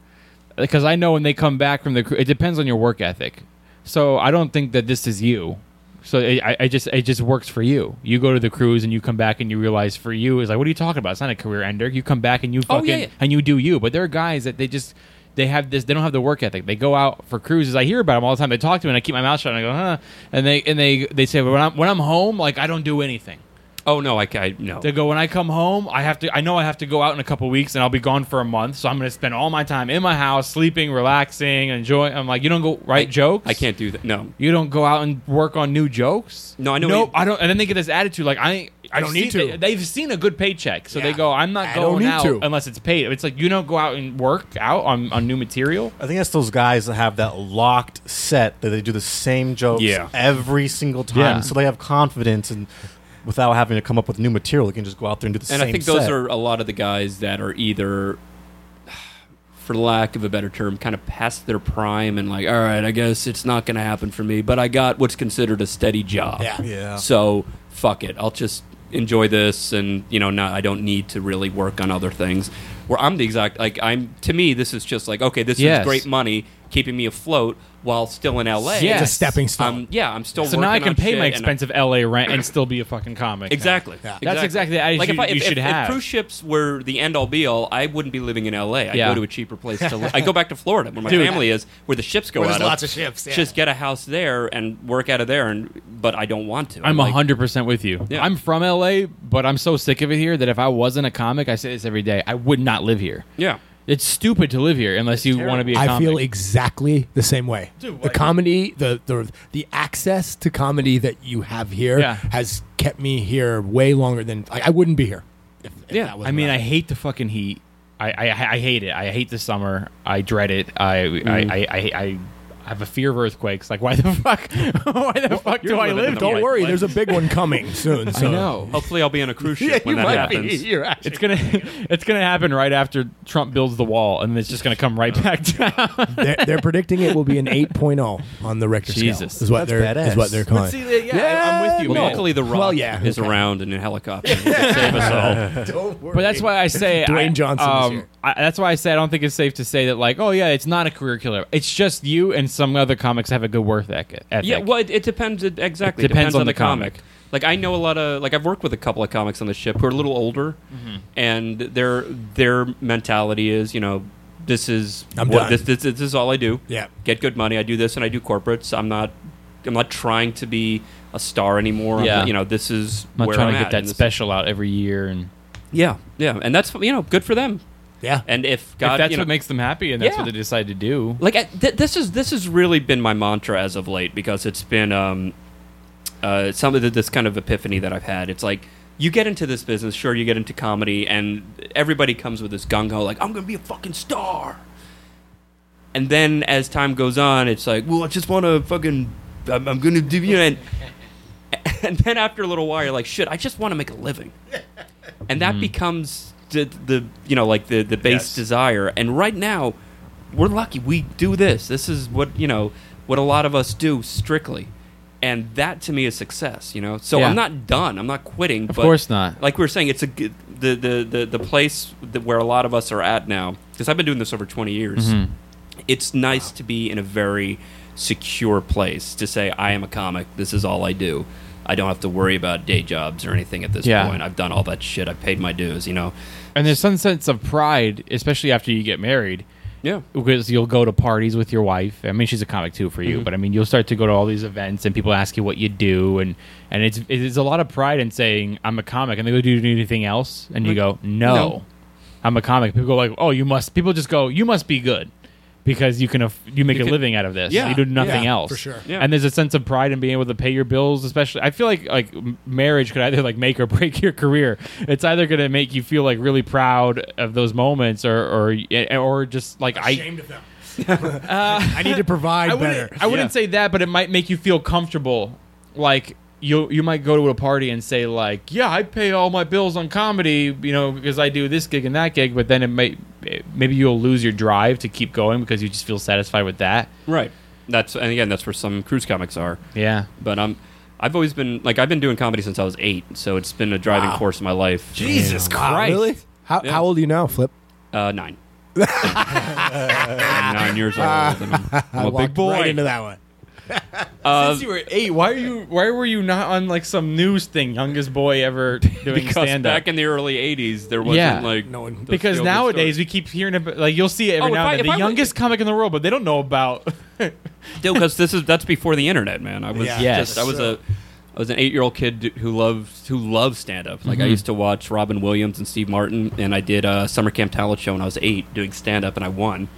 [SPEAKER 1] because I know when they come back from the cruise, it depends on your work ethic. So I don't think that this is you. So it, I, I just it just works for you. You go to the cruise and you come back and you realize for you is like what are you talking about? It's not a career ender. You come back and you
[SPEAKER 5] Oh, yeah,
[SPEAKER 1] fucking
[SPEAKER 5] yeah.
[SPEAKER 1] and you do you. But there are guys that they just they have this they don't have the work ethic. They go out for cruises. I hear about them all the time. They talk to me and I keep my mouth shut and I go huh. And they and they they say when I'm when I'm home like I don't do anything.
[SPEAKER 5] oh no, I, I no.
[SPEAKER 1] They go when I come home I have to I know I have to go out in a couple weeks and I'll be gone for a month. So I'm going to spend all my time in my house sleeping, relaxing, enjoying. I'm like you don't go write jokes.
[SPEAKER 5] I can't do that. No,
[SPEAKER 1] You don't go out and work on new jokes.
[SPEAKER 5] No, I know
[SPEAKER 1] Nope,
[SPEAKER 5] what you-
[SPEAKER 1] I don't. And then they get this attitude like I, I
[SPEAKER 4] don't need to.
[SPEAKER 1] They, have seen a good paycheck, so they
[SPEAKER 4] Yeah.
[SPEAKER 1] go, I'm not
[SPEAKER 4] I
[SPEAKER 1] going
[SPEAKER 4] don't need
[SPEAKER 1] out
[SPEAKER 4] to."
[SPEAKER 1] unless it's paid. It's like you don't go out and work out on, on new material.
[SPEAKER 2] I think that's those guys that have that locked set that they do the same jokes
[SPEAKER 5] Yeah.
[SPEAKER 2] every single time,
[SPEAKER 1] Yeah.
[SPEAKER 2] so they have confidence and without having to come up with new material, they can just go out there and do the
[SPEAKER 5] and
[SPEAKER 2] same.
[SPEAKER 5] I think those
[SPEAKER 2] set.
[SPEAKER 5] are a lot of the guys that are either, *sighs* for lack of a better term, kind of past their prime and like, all right, I guess it's not going to happen for me, but I got what's considered a steady job.
[SPEAKER 4] Yeah.
[SPEAKER 2] Yeah.
[SPEAKER 5] So fuck it, I'll just enjoy this, and you know, not I don't need to really work on other things. Where I'm the exact like I'm to me, this is just like okay, this
[SPEAKER 1] Yes.
[SPEAKER 5] is great money keeping me afloat while still in LA.
[SPEAKER 1] Yes.
[SPEAKER 4] It's a stepping stone.
[SPEAKER 5] Um, yeah, I'm still.
[SPEAKER 1] So now I
[SPEAKER 5] working
[SPEAKER 1] can
[SPEAKER 5] on
[SPEAKER 1] pay
[SPEAKER 5] shit
[SPEAKER 1] my
[SPEAKER 5] and I'm-
[SPEAKER 1] expensive LA rent and still be a fucking comic.
[SPEAKER 5] Exactly.
[SPEAKER 4] Yeah.
[SPEAKER 1] That's exactly the attitude
[SPEAKER 5] like if I,
[SPEAKER 1] you
[SPEAKER 5] if,
[SPEAKER 1] should
[SPEAKER 5] if,
[SPEAKER 1] have.
[SPEAKER 5] If cruise ships were the end all be all, I wouldn't be living in L.A. I
[SPEAKER 1] Yeah.
[SPEAKER 5] go to a cheaper place to
[SPEAKER 3] *laughs*
[SPEAKER 5] live. I go back to Florida where my family is, where the ships go
[SPEAKER 3] Where
[SPEAKER 5] out
[SPEAKER 3] there's lots
[SPEAKER 5] of.
[SPEAKER 3] of ships. Yeah.
[SPEAKER 5] Just get a house there and work out of there, and but I don't want to.
[SPEAKER 1] I'm
[SPEAKER 5] like,
[SPEAKER 1] hundred percent with you.
[SPEAKER 5] Yeah.
[SPEAKER 1] I'm from LA, but I'm so sick of it here that if I wasn't a comic, I say this every day, I would not live here.
[SPEAKER 5] Yeah.
[SPEAKER 1] It's stupid to live here unless you want to be a
[SPEAKER 4] I
[SPEAKER 1] comic.
[SPEAKER 4] feel exactly the same way.
[SPEAKER 1] Dude,
[SPEAKER 4] the
[SPEAKER 1] I-
[SPEAKER 4] comedy, the, the the access to comedy that you have here
[SPEAKER 1] Yeah.
[SPEAKER 4] has kept me here way longer than I, I wouldn't be here. If, if
[SPEAKER 1] yeah,
[SPEAKER 4] that wasn't
[SPEAKER 1] I mean,
[SPEAKER 4] around.
[SPEAKER 1] I hate the fucking heat. I, I I hate it. I hate the summer. I dread it. I I, I, I I have a fear of earthquakes. Like, why the *laughs* fuck? why the fuck do
[SPEAKER 5] you're
[SPEAKER 1] I
[SPEAKER 5] living
[SPEAKER 1] live?
[SPEAKER 5] the
[SPEAKER 4] Don't
[SPEAKER 5] Right,
[SPEAKER 4] worry,
[SPEAKER 5] like-
[SPEAKER 4] there's a big one coming *laughs* soon. So.
[SPEAKER 1] *laughs*
[SPEAKER 5] *laughs* Hopefully, I'll be on
[SPEAKER 3] *laughs*
[SPEAKER 5] a cruise ship when that *laughs* happens.
[SPEAKER 1] It's gonna it's gonna happen right after Trump builds the wall, and it's just gonna come
[SPEAKER 5] *laughs*
[SPEAKER 1] right back down.
[SPEAKER 4] they're, they're predicting it will be an 8.0 on the Richter
[SPEAKER 1] Jesus.
[SPEAKER 4] scale. Is what
[SPEAKER 2] That's
[SPEAKER 4] they're is
[SPEAKER 2] badass.
[SPEAKER 4] what they're calling. *laughs*
[SPEAKER 1] See, yeah, I- I'm with you,
[SPEAKER 5] Well,
[SPEAKER 1] man.
[SPEAKER 5] luckily, the rock
[SPEAKER 4] Well, yeah,
[SPEAKER 5] is
[SPEAKER 4] okay.
[SPEAKER 5] around in
[SPEAKER 3] *laughs*
[SPEAKER 5] a helicopter. It can save us all.
[SPEAKER 1] But that's why I say
[SPEAKER 4] Dwayne
[SPEAKER 1] I- um,
[SPEAKER 4] Johnson this year.
[SPEAKER 1] I, that's why I say I don't think it's safe to say that like, oh yeah, it's not a career killer. It's just you and some other comics have a good work ethic. ethic.
[SPEAKER 5] Yeah, well, it, it depends it- exactly.
[SPEAKER 1] It depends on the comic.
[SPEAKER 5] Like I know a lot of like I've worked with a couple of comics on the ship who are a little older,
[SPEAKER 4] Mm-hmm.
[SPEAKER 5] and their their mentality is you know this is
[SPEAKER 4] I'm
[SPEAKER 5] what-
[SPEAKER 4] done.
[SPEAKER 5] This, this this is all I do.
[SPEAKER 4] Yeah.
[SPEAKER 5] get good money. I do this and I do corporates. I'm not I'm not trying to be a star anymore. I'm
[SPEAKER 1] Yeah.
[SPEAKER 5] not- you know this is
[SPEAKER 1] I'm not
[SPEAKER 5] where
[SPEAKER 1] trying
[SPEAKER 5] I'm
[SPEAKER 1] to
[SPEAKER 5] at,
[SPEAKER 1] get that
[SPEAKER 5] and this-
[SPEAKER 1] special out every year, and
[SPEAKER 5] Yeah, yeah, and that's you know good for them.
[SPEAKER 4] Yeah.
[SPEAKER 5] And if God,
[SPEAKER 1] if that's
[SPEAKER 5] you know,
[SPEAKER 1] what makes them happy, and that's
[SPEAKER 5] Yeah.
[SPEAKER 1] what they decide to do.
[SPEAKER 5] like I, th- this is this has really been my mantra as of late because it's been um uh some of the, this kind of epiphany that I've had. It's like you get into this business, sure, you get into comedy, and everybody comes with this gung ho, like I'm gonna be a fucking star. And then as time goes on, it's like, well, I just want to fucking, I'm, I'm gonna do you know, and *laughs* and then after a little while, you're like, shit, I just want to make a living and that
[SPEAKER 1] Mm-hmm.
[SPEAKER 5] becomes the, the you know like the the base desire and right now we're lucky we do this this is what you know what a lot of us do strictly and that to me is success you know so
[SPEAKER 1] Yeah.
[SPEAKER 5] i'm not done i'm not quitting
[SPEAKER 1] Of
[SPEAKER 5] but
[SPEAKER 1] course not.
[SPEAKER 5] like we were saying it's a good- the the the, the place that where a lot of us are at now because i've been doing this over 20 years
[SPEAKER 1] Mm-hmm.
[SPEAKER 5] it's nice to be in a very secure place to say i am a comic this is all i do i don't have to worry about day jobs or anything at this
[SPEAKER 1] Yeah.
[SPEAKER 5] point i've done all that shit i've paid my dues you know
[SPEAKER 1] And there's some sense of pride, especially after you get married,
[SPEAKER 5] yeah
[SPEAKER 1] because you'll go to parties with your wife. I mean, she's a comic too for you,
[SPEAKER 5] Mm-hmm.
[SPEAKER 1] but I mean, you'll start to go to all these events, and people ask you what you do, and and it's it's a lot of pride in saying I'm a comic, and they go, do you do anything else? And you go, no,
[SPEAKER 5] No.
[SPEAKER 1] I'm a comic. People go like, oh, you must. People just go, you must be good. Because you can, aff- you make
[SPEAKER 5] You
[SPEAKER 1] a
[SPEAKER 5] can-
[SPEAKER 1] living out of this.
[SPEAKER 5] Yeah.
[SPEAKER 1] you do nothing
[SPEAKER 4] Yeah,
[SPEAKER 1] else
[SPEAKER 4] for sure.
[SPEAKER 5] Yeah.
[SPEAKER 1] And there's a sense of pride in being able to pay your bills, especially. I feel like like m- marriage could either like make or *laughs* break your career. It's either going to make you feel like really proud of those moments, or or or just like I
[SPEAKER 4] Ashamed of
[SPEAKER 1] *laughs*
[SPEAKER 4] them. I need to provide
[SPEAKER 1] Uh, I
[SPEAKER 4] better.
[SPEAKER 1] wouldn't, I wouldn't say that, but it might make you feel comfortable. Like you, you might go to a party and say like, "Yeah, I pay all my bills on comedy, you know, because I do this gig and that gig." But then it may, maybe you'll lose your drive to keep going because you just feel satisfied with that.
[SPEAKER 5] right that's and again that's where some cruise comics are
[SPEAKER 1] Yeah,
[SPEAKER 5] but i'm i've always been like i've been doing comedy since i was eight so it's been a driving force in my life
[SPEAKER 4] Jesus Christ. Really? How,
[SPEAKER 5] Yeah.
[SPEAKER 4] how old are you now, Flip?
[SPEAKER 5] uh
[SPEAKER 1] *laughs*
[SPEAKER 5] nine I'm nine years old. and I'm, I'm a big
[SPEAKER 4] Walked
[SPEAKER 5] boy.
[SPEAKER 4] Right into that one.
[SPEAKER 5] Uh,
[SPEAKER 1] Since you were eight, why are you? Why were you not on like some news thing? Youngest boy
[SPEAKER 5] *laughs*
[SPEAKER 1] ever doing
[SPEAKER 5] because
[SPEAKER 1] stand up.
[SPEAKER 5] back in the early '80s, there wasn't
[SPEAKER 1] Yeah.
[SPEAKER 5] like
[SPEAKER 4] No one-
[SPEAKER 5] those
[SPEAKER 1] Because
[SPEAKER 5] feel-good
[SPEAKER 1] nowadays
[SPEAKER 5] stories.
[SPEAKER 1] we keep hearing about like you'll see it every
[SPEAKER 5] Oh, if
[SPEAKER 1] now
[SPEAKER 5] I-
[SPEAKER 1] and then
[SPEAKER 5] if
[SPEAKER 1] the
[SPEAKER 5] I were-
[SPEAKER 1] youngest comic in the world, but they don't know about. *laughs*
[SPEAKER 5] Dude, because this is that's before the internet, man. I was
[SPEAKER 4] Yeah.
[SPEAKER 1] Yes.
[SPEAKER 5] just I was a I was an eight year old kid who loved who loved stand up.
[SPEAKER 1] Mm-hmm.
[SPEAKER 5] Like I used to watch Robin Williams and Steve Martin, and I did a summer camp talent show when I was eight doing stand up, and I won.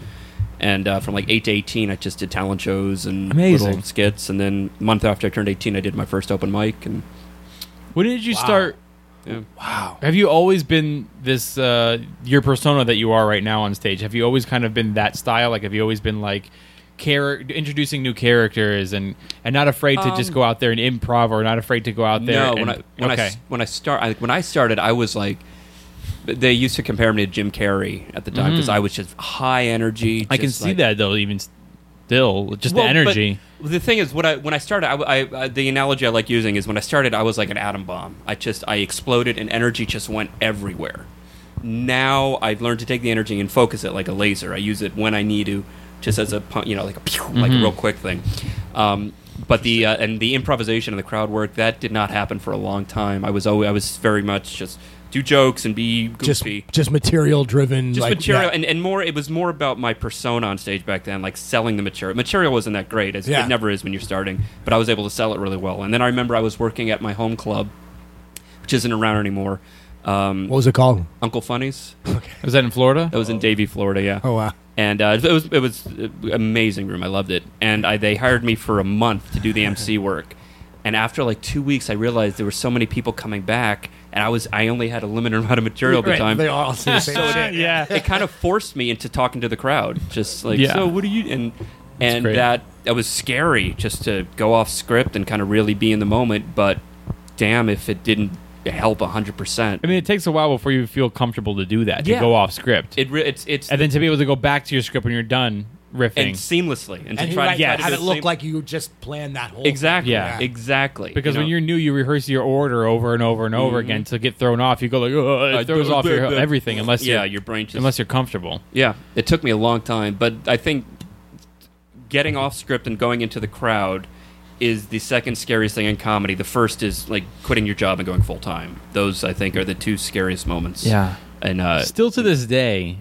[SPEAKER 5] And uh, from like eight to eighteen, I just did talent shows and
[SPEAKER 1] Amazing.
[SPEAKER 5] little skits. And then a month after I turned eighteen, I did my first open mic. And
[SPEAKER 1] When did you start?
[SPEAKER 5] Yeah.
[SPEAKER 1] Wow. Have you always been this uh, your persona that you are right now on stage? Have you always kind of been that style? Like, have you always been like char- introducing new characters and and not afraid to just
[SPEAKER 5] Um,
[SPEAKER 1] go out there and improv, or not afraid to go out there?
[SPEAKER 5] No,
[SPEAKER 1] and-
[SPEAKER 5] when I when I
[SPEAKER 1] okay.
[SPEAKER 5] s- when I start I, when I started, I was like. They used to compare me to Jim Carrey at the time because I was just high energy.
[SPEAKER 1] Mm-hmm. I can
[SPEAKER 5] just,
[SPEAKER 1] see
[SPEAKER 5] like-
[SPEAKER 1] that though, even still, just
[SPEAKER 5] Well,
[SPEAKER 1] the
[SPEAKER 5] but
[SPEAKER 1] energy.
[SPEAKER 5] The thing is, what I when I started, I, I- I- the analogy I like using is when I started, I was like an atom bomb. I just I exploded, and energy just went everywhere. Now I've learned to take the energy and focus it like a laser. I use it when I need to, just as a pun- you know like a pew, like
[SPEAKER 1] Mm-hmm.
[SPEAKER 5] a real quick thing. Um, but the uh, and the improvisation and the crowd work that did not happen for a long time. I was always I was very much just do jokes and be goofy
[SPEAKER 4] Just just material driven.
[SPEAKER 5] just
[SPEAKER 4] like,
[SPEAKER 5] material
[SPEAKER 4] yeah.
[SPEAKER 5] and, and more it was more about my persona on stage back then like selling the material material wasn't that great as
[SPEAKER 4] Yeah.
[SPEAKER 5] it never is when you're starting but i was able to sell it really well and then i remember i was working at my home club which isn't around anymore Um,
[SPEAKER 4] What was it called?
[SPEAKER 5] Uncle Funnies.
[SPEAKER 1] Was that in Florida?
[SPEAKER 5] That was in Davie, Florida. Yeah.
[SPEAKER 4] Oh wow.
[SPEAKER 5] and uh, it was it was an amazing room. I loved it, and I, they hired me for a month to do the
[SPEAKER 4] *laughs*
[SPEAKER 5] MC work. And after like two weeks, I realized there were so many people coming back, and I was I only had a limited *laughs* amount of material at the
[SPEAKER 4] Right,
[SPEAKER 5] time.
[SPEAKER 4] They all say
[SPEAKER 5] *laughs*
[SPEAKER 4] the same shit.
[SPEAKER 6] yeah.
[SPEAKER 5] It kind of forced me into talking to the crowd, just like
[SPEAKER 1] Yeah.
[SPEAKER 5] so. What do you and and
[SPEAKER 6] great.
[SPEAKER 5] that that was scary, just to go off script and kind of really be in the moment. But damn, if it didn't help hundred percent,
[SPEAKER 1] I mean, it takes a while before you feel comfortable to do that, to
[SPEAKER 5] Yeah.
[SPEAKER 1] go off script.
[SPEAKER 5] it re- it's it's
[SPEAKER 1] and then to be able to go back to your script when you're done riffing.
[SPEAKER 5] and seamlessly and,
[SPEAKER 4] And
[SPEAKER 5] to
[SPEAKER 4] you
[SPEAKER 5] try
[SPEAKER 4] like,
[SPEAKER 5] to try to
[SPEAKER 4] have
[SPEAKER 5] do
[SPEAKER 4] it
[SPEAKER 5] the
[SPEAKER 4] look
[SPEAKER 5] same-
[SPEAKER 4] like you just planned that whole
[SPEAKER 5] exactly,
[SPEAKER 1] Yeah.
[SPEAKER 5] exactly.
[SPEAKER 1] because
[SPEAKER 5] you
[SPEAKER 1] when
[SPEAKER 5] know? Mm-hmm.
[SPEAKER 1] you're new, you rehearse your order over and over and over again to get thrown off. You go like, oh,
[SPEAKER 5] I
[SPEAKER 1] it throws
[SPEAKER 5] don't
[SPEAKER 1] off your,
[SPEAKER 5] get that.
[SPEAKER 1] everything unless
[SPEAKER 5] yeah,
[SPEAKER 1] you're,
[SPEAKER 5] your brain just
[SPEAKER 1] unless you're comfortable.
[SPEAKER 5] yeah. It took me a long time, but I think getting off script and going into the crowd is the second scariest thing in comedy. The first is like quitting your job and going full time. Those I think are the two scariest moments. and uh,
[SPEAKER 1] Still to this day,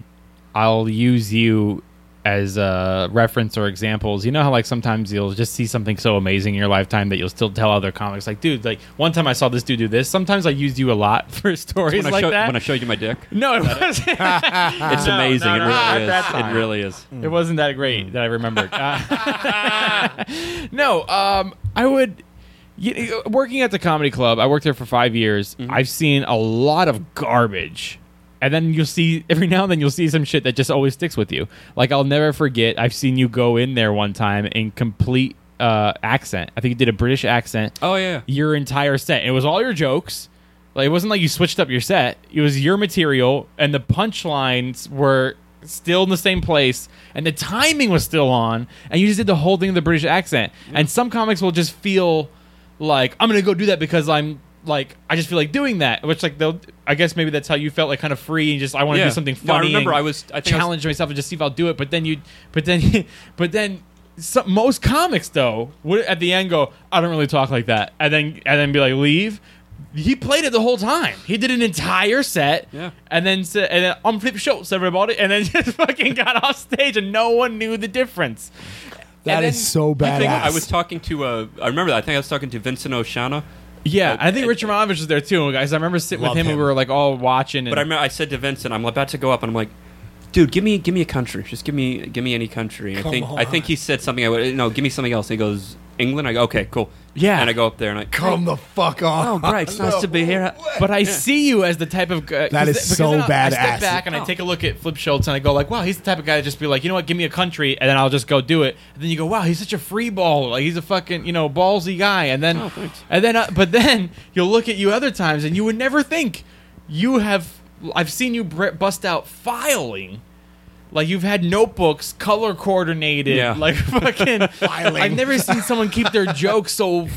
[SPEAKER 1] I'll use you as a reference or examples. You know how like sometimes you'll just see something so amazing in your lifetime that you'll still tell other comics like, dude, like one time I saw this dude do this. Sometimes I used you a lot *laughs* for stories
[SPEAKER 5] when I,
[SPEAKER 1] like
[SPEAKER 5] show-
[SPEAKER 1] that.
[SPEAKER 5] when I showed you my dick,
[SPEAKER 1] no, it wasn't.
[SPEAKER 5] it's amazing.
[SPEAKER 1] no,
[SPEAKER 5] it really
[SPEAKER 1] not
[SPEAKER 5] is.
[SPEAKER 1] that
[SPEAKER 5] It really is.
[SPEAKER 1] It wasn't that great that I *laughs* remembered. Uh, *laughs* no, um, I would. You, working at the comedy club, I worked there for five years. I've seen a lot of garbage, and then you'll see every now and then you'll see some shit that just always sticks with you. Like I'll never forget, I've seen you go in there one time in complete uh, accent. I think you did a British accent
[SPEAKER 5] Oh yeah.
[SPEAKER 1] your entire set. It was all your jokes. Like it wasn't like you switched up your set. It was your material, and the punchlines were still in the same place, and the timing was still on, and you just did the whole thing in the British accent. And some comics will just feel like I'm gonna go do that because I'm like I just feel like doing that. Which like they'll I guess maybe that's how you felt like kind of free and just I want to
[SPEAKER 5] Yeah.
[SPEAKER 1] do something
[SPEAKER 5] No, I
[SPEAKER 1] funny.
[SPEAKER 5] remember
[SPEAKER 1] and
[SPEAKER 5] I was- I think I was-
[SPEAKER 1] challenge myself and just see if I'll do it. But then you, but then, *laughs* but then, some, most comics though would at the end go, I don't really talk like that, and then and then be like, leave. He played it the whole time. He did an entire set,
[SPEAKER 5] Yeah.
[SPEAKER 1] and then said, and then on flip shots everybody, and then *laughs* just fucking got off stage, and no one knew the difference.
[SPEAKER 4] That
[SPEAKER 1] And
[SPEAKER 4] is
[SPEAKER 1] then-
[SPEAKER 4] so
[SPEAKER 5] I think
[SPEAKER 4] badass.
[SPEAKER 5] I was talking to. Uh, I remember that. I think I was talking to Vincent O'Shana.
[SPEAKER 1] Yeah, I think Richard Manovich was there too, guys. I remember sitting
[SPEAKER 4] Love
[SPEAKER 1] with him, and
[SPEAKER 4] him.
[SPEAKER 1] we were like all watching. And
[SPEAKER 5] But I remember I said to Vincent, I'm about to go up, and I'm like, dude, give me give me a country, just give me give me any country. And I
[SPEAKER 4] Come
[SPEAKER 5] think I think he said something. I would no, give me something else. And he goes England. I go okay, cool.
[SPEAKER 1] Yeah.
[SPEAKER 5] and I go up there and I
[SPEAKER 4] Come the fuck on. *laughs*
[SPEAKER 5] Oh, great! It's nice to be here.
[SPEAKER 1] But I see you as the type of guy.
[SPEAKER 4] That is
[SPEAKER 1] because
[SPEAKER 4] so
[SPEAKER 1] then I, I step
[SPEAKER 4] badass.
[SPEAKER 1] back and I take a look at Flip Schultz and I go like, "Wow, he's the type of guy to just be like, you know what? Give me a country, and then I'll just go do it." And then you go, "Wow, he's such a free ball. Like he's a fucking you know ballsy guy." And
[SPEAKER 5] Oh,
[SPEAKER 1] then, and then, uh, but then you'll look at you other times and you would never think you have. I've seen you br- bust out filing. Like you've had notebooks color coordinated,
[SPEAKER 5] Yeah.
[SPEAKER 1] like fucking. I've never seen someone keep their jokes so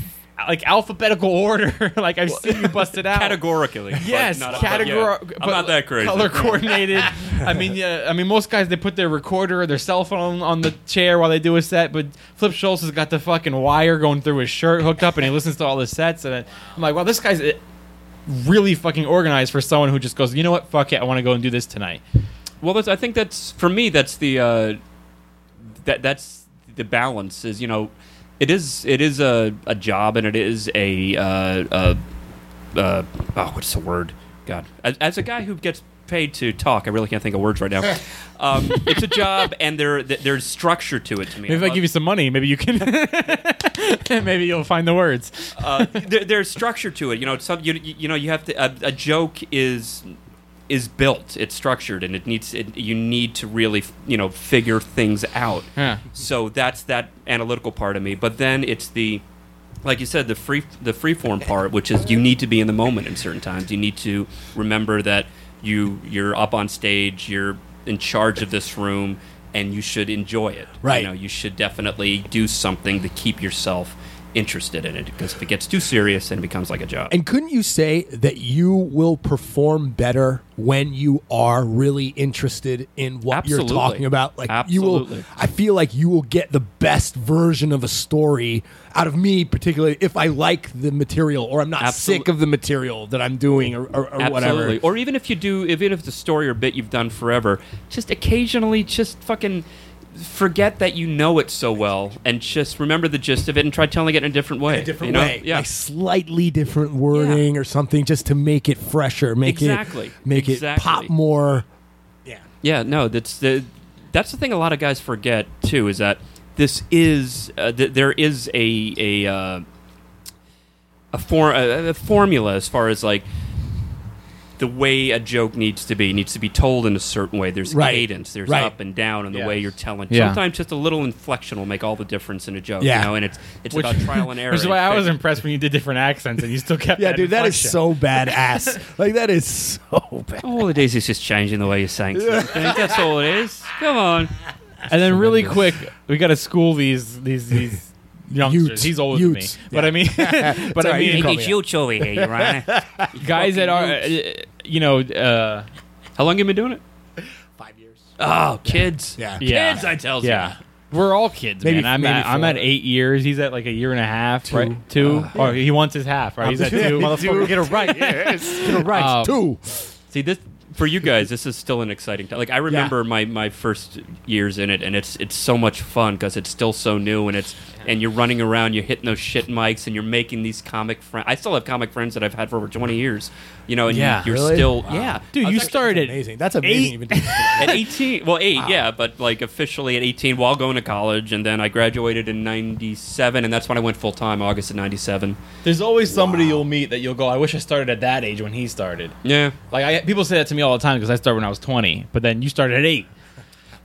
[SPEAKER 1] like alphabetical order. *laughs* like I've seen you bust it out
[SPEAKER 5] Categorically, *laughs* but
[SPEAKER 1] Yes,
[SPEAKER 5] not- but
[SPEAKER 1] categor-
[SPEAKER 5] yeah,
[SPEAKER 1] but
[SPEAKER 5] I'm not that crazy.
[SPEAKER 1] Color coordinated. I mean, yeah. I mean, most guys they put their recorder, or their cell phone on the chair while they do a set, but Flip Schultz has got the fucking wire going through his shirt hooked up, and he listens to all his sets. And I'm like, wow, this guy's eh, really fucking organized for someone who just goes, you know what, fuck it, I want to go and do this tonight.
[SPEAKER 5] Well, that's, I think that's for me. That's the uh, that that's the balance. Is you know, it is it is a, a job and it is a uh, uh, uh, oh, what's the word? God, as, as a guy who gets paid to talk, I really can't think of words
[SPEAKER 1] *laughs*
[SPEAKER 5] right now. Um, it's a job and there th- there's structure to it. To me,
[SPEAKER 1] Maybe if I
[SPEAKER 5] love-
[SPEAKER 1] give you some money, maybe you can, *laughs* maybe you'll find the words.
[SPEAKER 5] uh, *laughs* there, there's structure to it. You know, some you, you know you have to a, a joke is is built, it's structured, and it needs it, you need to really you know figure things out.
[SPEAKER 1] Yeah.
[SPEAKER 5] So that's that analytical part of me. But then it's the like you said the free the free form part, which is you need to be in the moment in certain times. You need to remember that you you're up on stage, you're in charge of this room, and you should enjoy it.
[SPEAKER 4] Right.
[SPEAKER 5] You know, you should definitely do something to keep yourself interested in it because if it gets too serious, then it becomes like a job.
[SPEAKER 4] And couldn't you say that you will perform better when you are really interested in what
[SPEAKER 5] Absolutely.
[SPEAKER 4] you're talking about? Like you
[SPEAKER 5] Absolutely.
[SPEAKER 4] will I feel like you will get the best version of a story out of me particularly if I like the material or I'm not
[SPEAKER 5] Absolute-
[SPEAKER 4] sick of the material that I'm doing or, or, or whatever.
[SPEAKER 5] Or even if you do, even if the story or bit you've done forever, just occasionally, just fucking forget that you know it so well and just remember the gist of it and try telling it in a different way.
[SPEAKER 4] a different
[SPEAKER 5] you know?
[SPEAKER 4] way,
[SPEAKER 5] Yeah.
[SPEAKER 4] like slightly different wording or something, just to make it fresher, make
[SPEAKER 5] Exactly.
[SPEAKER 4] it make
[SPEAKER 5] Exactly.
[SPEAKER 4] it pop more.
[SPEAKER 5] Yeah, no, that's the that's the thing a lot of guys forget too is that this is uh, th- there is a a uh, a, for, a, a formula as far as like the way a joke needs to be needs to be told in a certain way. There's
[SPEAKER 4] Right.
[SPEAKER 5] cadence, there's
[SPEAKER 4] Right.
[SPEAKER 5] up and down, and the
[SPEAKER 1] Yes.
[SPEAKER 5] way you're telling.
[SPEAKER 1] Yeah.
[SPEAKER 5] Sometimes just a little inflection will make all the difference in a joke.
[SPEAKER 4] Yeah.
[SPEAKER 5] you know, and it's it's about
[SPEAKER 1] *laughs*
[SPEAKER 5] trial and error.
[SPEAKER 1] Which is
[SPEAKER 5] and
[SPEAKER 1] why I was
[SPEAKER 5] fix-
[SPEAKER 1] impressed when you did different accents and you still kept.
[SPEAKER 4] *laughs* Yeah,
[SPEAKER 1] that
[SPEAKER 4] dude, that is
[SPEAKER 1] inflection.
[SPEAKER 4] so badass. like that is so bad.
[SPEAKER 5] All it is is just changing the way
[SPEAKER 1] *laughs*
[SPEAKER 5] you're saying something. That's all it is. Come on.
[SPEAKER 1] And then really quick, we got to school these these
[SPEAKER 4] *laughs*
[SPEAKER 1] these youngsters.
[SPEAKER 4] Utes.
[SPEAKER 1] He's older
[SPEAKER 4] Utes.
[SPEAKER 1] than me, but I mean, *laughs* but I
[SPEAKER 4] alright, you
[SPEAKER 1] mean,
[SPEAKER 4] can
[SPEAKER 5] It's you over here, you
[SPEAKER 1] *laughs*
[SPEAKER 5] right?
[SPEAKER 1] guys that are, uh, you know, uh,
[SPEAKER 5] How long you been doing it? Five years. Oh, kids.
[SPEAKER 4] Yeah.
[SPEAKER 1] Yeah.
[SPEAKER 5] Kids, I tells
[SPEAKER 1] yeah.
[SPEAKER 5] you.
[SPEAKER 1] We're all kids,
[SPEAKER 4] Maybe-
[SPEAKER 1] man. I'm
[SPEAKER 4] maybe
[SPEAKER 1] at, I'm
[SPEAKER 4] four. Uh,
[SPEAKER 1] at eight years. He's at like a year and a half, right? Two. or he wants his half, right? He's
[SPEAKER 4] *laughs*
[SPEAKER 1] at two.
[SPEAKER 2] Motherfucker, get it right. Yes.
[SPEAKER 4] Right,
[SPEAKER 1] Um,
[SPEAKER 4] two.
[SPEAKER 5] See this for you guys. This is still an exciting time. Like I remember my, my first years in it, and it's it's so much fun because it's still so new, and it's and you're running around, you're hitting those shit mics, and you're making these comic friends. I still have comic friends that I've had for over 20 years. You know, and
[SPEAKER 1] Yeah.
[SPEAKER 5] you, you're
[SPEAKER 4] Really?
[SPEAKER 5] still yeah,
[SPEAKER 1] Dude, you started
[SPEAKER 4] Amazing. That's amazing. Even just-
[SPEAKER 5] at 18 well 8 yeah but like officially at 18 while going to college and then i graduated in 97 and that's when i went full-time august of 97
[SPEAKER 1] There's always somebody you'll meet that you'll go, I wish I started at that age when he started.
[SPEAKER 5] yeah
[SPEAKER 1] Like, I, people say that to me all the time because I started when I was 20, but then you started at 8.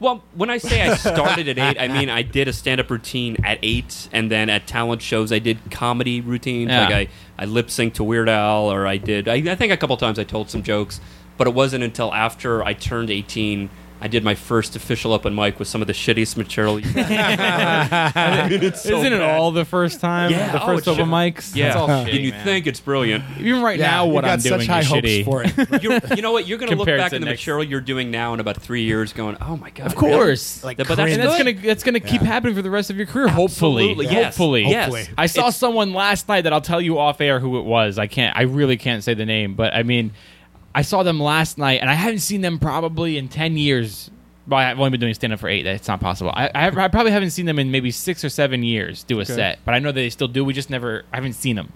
[SPEAKER 5] well when i say
[SPEAKER 1] *laughs*
[SPEAKER 5] i started at 8 i mean i did a stand-up routine at 8 and then at talent shows i did comedy routines
[SPEAKER 1] Yeah.
[SPEAKER 5] like i, I lip-synced to weird al or i did I, I think a couple times i told some jokes but it wasn't until after i turned 18 I did my first official open mic with some of the shittiest
[SPEAKER 1] *laughs*
[SPEAKER 5] material. you've
[SPEAKER 1] Isn't it all the first time?
[SPEAKER 5] Yeah.
[SPEAKER 1] The
[SPEAKER 5] Oh,
[SPEAKER 1] first
[SPEAKER 5] it
[SPEAKER 1] open
[SPEAKER 5] should-
[SPEAKER 1] mics?
[SPEAKER 5] Yeah,
[SPEAKER 1] That's all shitty,
[SPEAKER 5] and you
[SPEAKER 1] man.
[SPEAKER 5] think it's brilliant.
[SPEAKER 1] Even right
[SPEAKER 4] Yeah,
[SPEAKER 1] *laughs* now, what
[SPEAKER 4] you got
[SPEAKER 1] I'm doing
[SPEAKER 4] such high
[SPEAKER 1] is
[SPEAKER 4] hopes
[SPEAKER 1] shitty.
[SPEAKER 4] for
[SPEAKER 1] *laughs*
[SPEAKER 4] it.
[SPEAKER 5] you're, you know what? You're going to look
[SPEAKER 1] Compared
[SPEAKER 5] back
[SPEAKER 1] to
[SPEAKER 5] at the
[SPEAKER 1] next-
[SPEAKER 5] material you're doing now in about three years, going, "Oh my god!"
[SPEAKER 1] Of course.
[SPEAKER 5] Like, but that's
[SPEAKER 1] and that's
[SPEAKER 5] good.
[SPEAKER 1] gonna that's gonna keep happening for the rest of your career. Hopefully,
[SPEAKER 5] Absolutely, yes,
[SPEAKER 1] hopefully,
[SPEAKER 5] yes.
[SPEAKER 4] Hopefully.
[SPEAKER 1] I saw
[SPEAKER 5] It's-
[SPEAKER 1] someone last night that I'll tell you off air who it was. I can't. I really can't say the name, but I mean, I saw them last night, and I haven't seen them probably in ten years. Well, I've only been doing stand up for eight. That's not possible. I, I, I probably haven't seen them in maybe six or seven years do a set, but I know they still do. We just never. I haven't seen them.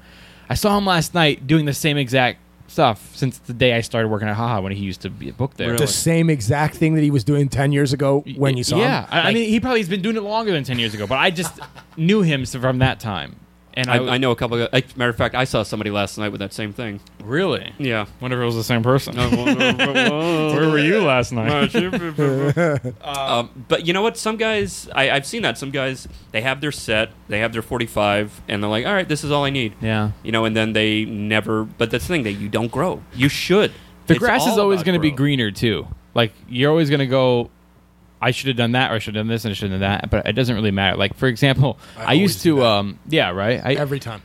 [SPEAKER 1] I saw him last night doing the same exact stuff since the day I started working at Haha when he used to be booked there.
[SPEAKER 4] the same exact thing that he was doing ten years ago when you saw
[SPEAKER 1] yeah.
[SPEAKER 4] him.
[SPEAKER 1] I, I mean, he probably has been doing it longer than 10 years ago, but I just *laughs* knew him s- from that time. And I,
[SPEAKER 5] I, I know a couple. Of, I- matter of fact, I saw somebody last night with that same thing.
[SPEAKER 1] Really? *laughs*
[SPEAKER 5] Yeah.
[SPEAKER 1] Wonder if it was the same person. *laughs*
[SPEAKER 6] Where were you last night?
[SPEAKER 5] um, but you know what? Some guys, I, I've seen that. Some guys, they have their set, they have their 45, and they're like, "All right, this is all I need."
[SPEAKER 1] Yeah.
[SPEAKER 5] You know, and then they never. But that's the thing that you don't grow. You should.
[SPEAKER 1] The
[SPEAKER 5] It's
[SPEAKER 1] grass is
[SPEAKER 5] all
[SPEAKER 1] always
[SPEAKER 5] about
[SPEAKER 1] going to be
[SPEAKER 5] growth.
[SPEAKER 1] greener, too. Like, you're always going to go, I should have done that, or I should have done this, and I should have done that, but it doesn't really matter. Like, for example, I, used to, um, yeah, right? I,
[SPEAKER 4] Every time.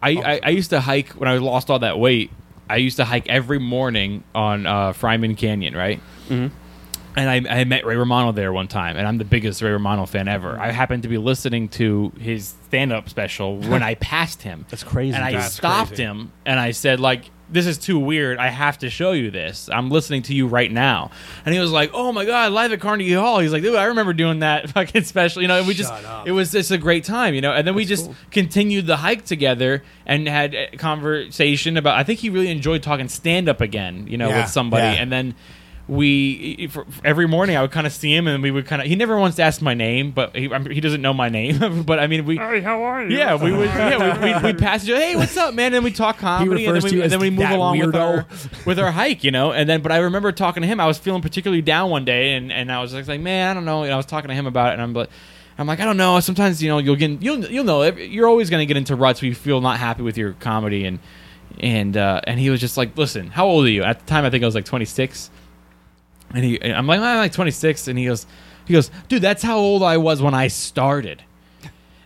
[SPEAKER 1] I, I, I used to hike when I lost all that weight. I used to hike every morning on uh, Fryman Canyon, right? Mm-hmm. And I, I met Ray Romano there one time, and I'm the biggest Ray Romano fan ever. I happened to be listening to his stand-up special when
[SPEAKER 2] *laughs*
[SPEAKER 1] I passed him.
[SPEAKER 2] That's crazy.
[SPEAKER 1] And I
[SPEAKER 2] That's
[SPEAKER 1] stopped
[SPEAKER 2] crazy.
[SPEAKER 1] him, and I said, like, this is too weird. I have to show you this. I'm listening to you right now. And he was like, oh, my God, live at Carnegie Hall. He's like, dude, I remember doing that *laughs* fucking special. You know, and we just, it was just a great time, you know. And then we just continued the hike together and had a conversation about, I think he really enjoyed talking stand-up again, you know,
[SPEAKER 4] Yeah,
[SPEAKER 1] with somebody.
[SPEAKER 4] yeah.
[SPEAKER 1] And then we for, every morning I would kind of see him and we would kind of he never wants to ask my name but he, I'm- he doesn't know my name *laughs* but I mean we
[SPEAKER 6] how are you?
[SPEAKER 1] yeah, we would. Yeah, we we we'd pass each other. Hey, what's up, man? And we talk comedy, and then
[SPEAKER 4] refers to
[SPEAKER 1] we,
[SPEAKER 4] you
[SPEAKER 1] and then
[SPEAKER 4] as
[SPEAKER 1] we move
[SPEAKER 4] that
[SPEAKER 1] along with
[SPEAKER 4] weirdo.
[SPEAKER 1] our with our hike, you know. And then, but I remember talking to him. I was feeling particularly down one day, and and I was just like, man, I don't know. And I was talking to him about it, and I'm like. I'm like I don't know. Sometimes you know you'll get you'll you'll know you're always going to get into ruts where you feel not happy with your comedy and and uh, and he was just like, listen, how old are you? At the time, I think I was like 26. And he, and I'm like, I'm like 26, and he goes, he goes, dude, that's how old I was when I started.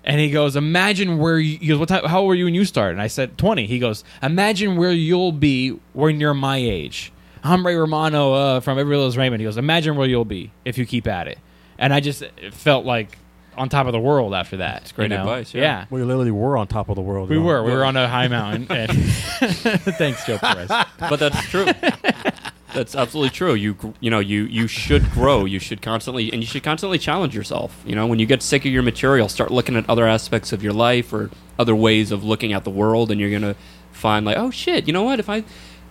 [SPEAKER 1] And he goes, imagine where you, he goes, what time, how old were you when you started? And I said, 20. He goes, imagine where you'll be when you're my age. I'm Ray Romano uh, from Every Little Is Raymond. He goes, imagine where you'll be if you keep at it. And I just felt like on top of the world after that. It's
[SPEAKER 5] great advice, yeah.
[SPEAKER 1] yeah.
[SPEAKER 2] We literally were on top of the world.
[SPEAKER 1] We *laughs*
[SPEAKER 2] y'all.
[SPEAKER 5] *laughs*
[SPEAKER 1] were. We were on a high mountain. and- thanks, Joe Perez.
[SPEAKER 5] But that's true. that's absolutely true. You gr- you know you you should grow. You should constantly and you should constantly challenge yourself. You know when you get sick of your material, start looking at other aspects of your life or other ways of looking at the world, and you're gonna find like oh shit, you know what if I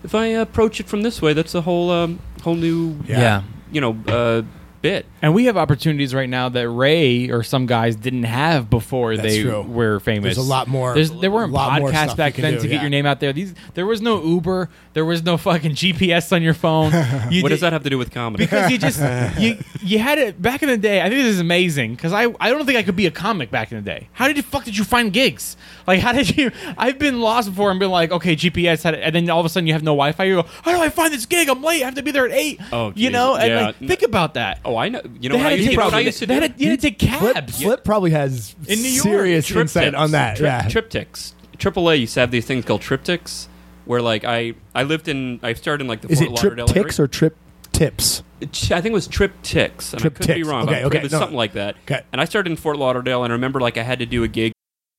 [SPEAKER 5] if I approach it from this way, that's a whole um, whole new
[SPEAKER 1] Yeah.
[SPEAKER 5] you know uh, bit.
[SPEAKER 1] And we have opportunities right now that Ray or some guys didn't have before
[SPEAKER 4] That's
[SPEAKER 1] they
[SPEAKER 4] true.
[SPEAKER 1] were famous.
[SPEAKER 4] There's a lot more-
[SPEAKER 1] There's, there weren't
[SPEAKER 4] a lot more
[SPEAKER 1] podcasts
[SPEAKER 4] stuff
[SPEAKER 1] back
[SPEAKER 4] you can
[SPEAKER 1] then
[SPEAKER 4] do,
[SPEAKER 1] to get
[SPEAKER 4] yeah.
[SPEAKER 1] your name out there. These there was no Uber. There was no fucking GPS on your
[SPEAKER 4] *laughs*
[SPEAKER 1] phone. You did-
[SPEAKER 5] what does that have to do with comedy?
[SPEAKER 1] Because you just you you had it back in the day. I think this is amazing because I I don't think I could be a comic back in the day. How did you fuck did you find gigs? Like how did you? I've been lost before and been like, okay, GPS had it, and then all of a sudden you have no Wi-Fi. You go, how do I find this gig? I'm late. I have to be there at eight.
[SPEAKER 5] Oh,
[SPEAKER 1] you know,
[SPEAKER 5] Jesus.
[SPEAKER 1] and
[SPEAKER 5] Yeah.
[SPEAKER 1] like, think about that.
[SPEAKER 5] oh, I know. You know
[SPEAKER 1] They
[SPEAKER 5] what I
[SPEAKER 1] had
[SPEAKER 5] used,
[SPEAKER 1] a
[SPEAKER 5] you know what I
[SPEAKER 1] problem.
[SPEAKER 5] used to
[SPEAKER 1] They
[SPEAKER 5] do.
[SPEAKER 1] had a- you had to take
[SPEAKER 4] Flip,
[SPEAKER 1] cabs.
[SPEAKER 4] Flip probably has
[SPEAKER 1] In New York,
[SPEAKER 4] serious insight
[SPEAKER 5] triptychs.
[SPEAKER 4] on that.
[SPEAKER 5] Trip-
[SPEAKER 4] yeah.
[SPEAKER 5] Triptychs. AAA used to have these things called triptychs, where like I I lived in I started in like the
[SPEAKER 4] Is
[SPEAKER 5] Fort
[SPEAKER 4] it trip
[SPEAKER 5] Lauderdale
[SPEAKER 4] ticks
[SPEAKER 5] area.
[SPEAKER 4] or trip tips?
[SPEAKER 5] Ch- I think it was triptychs. And I could be
[SPEAKER 4] Triptychs.
[SPEAKER 5] wrong.
[SPEAKER 4] Okay,
[SPEAKER 5] but I'm pretty-
[SPEAKER 4] okay,
[SPEAKER 5] it was
[SPEAKER 4] no.
[SPEAKER 5] something like that.
[SPEAKER 4] Okay.
[SPEAKER 5] And I started in Fort Lauderdale, and I remember like I had to do a gig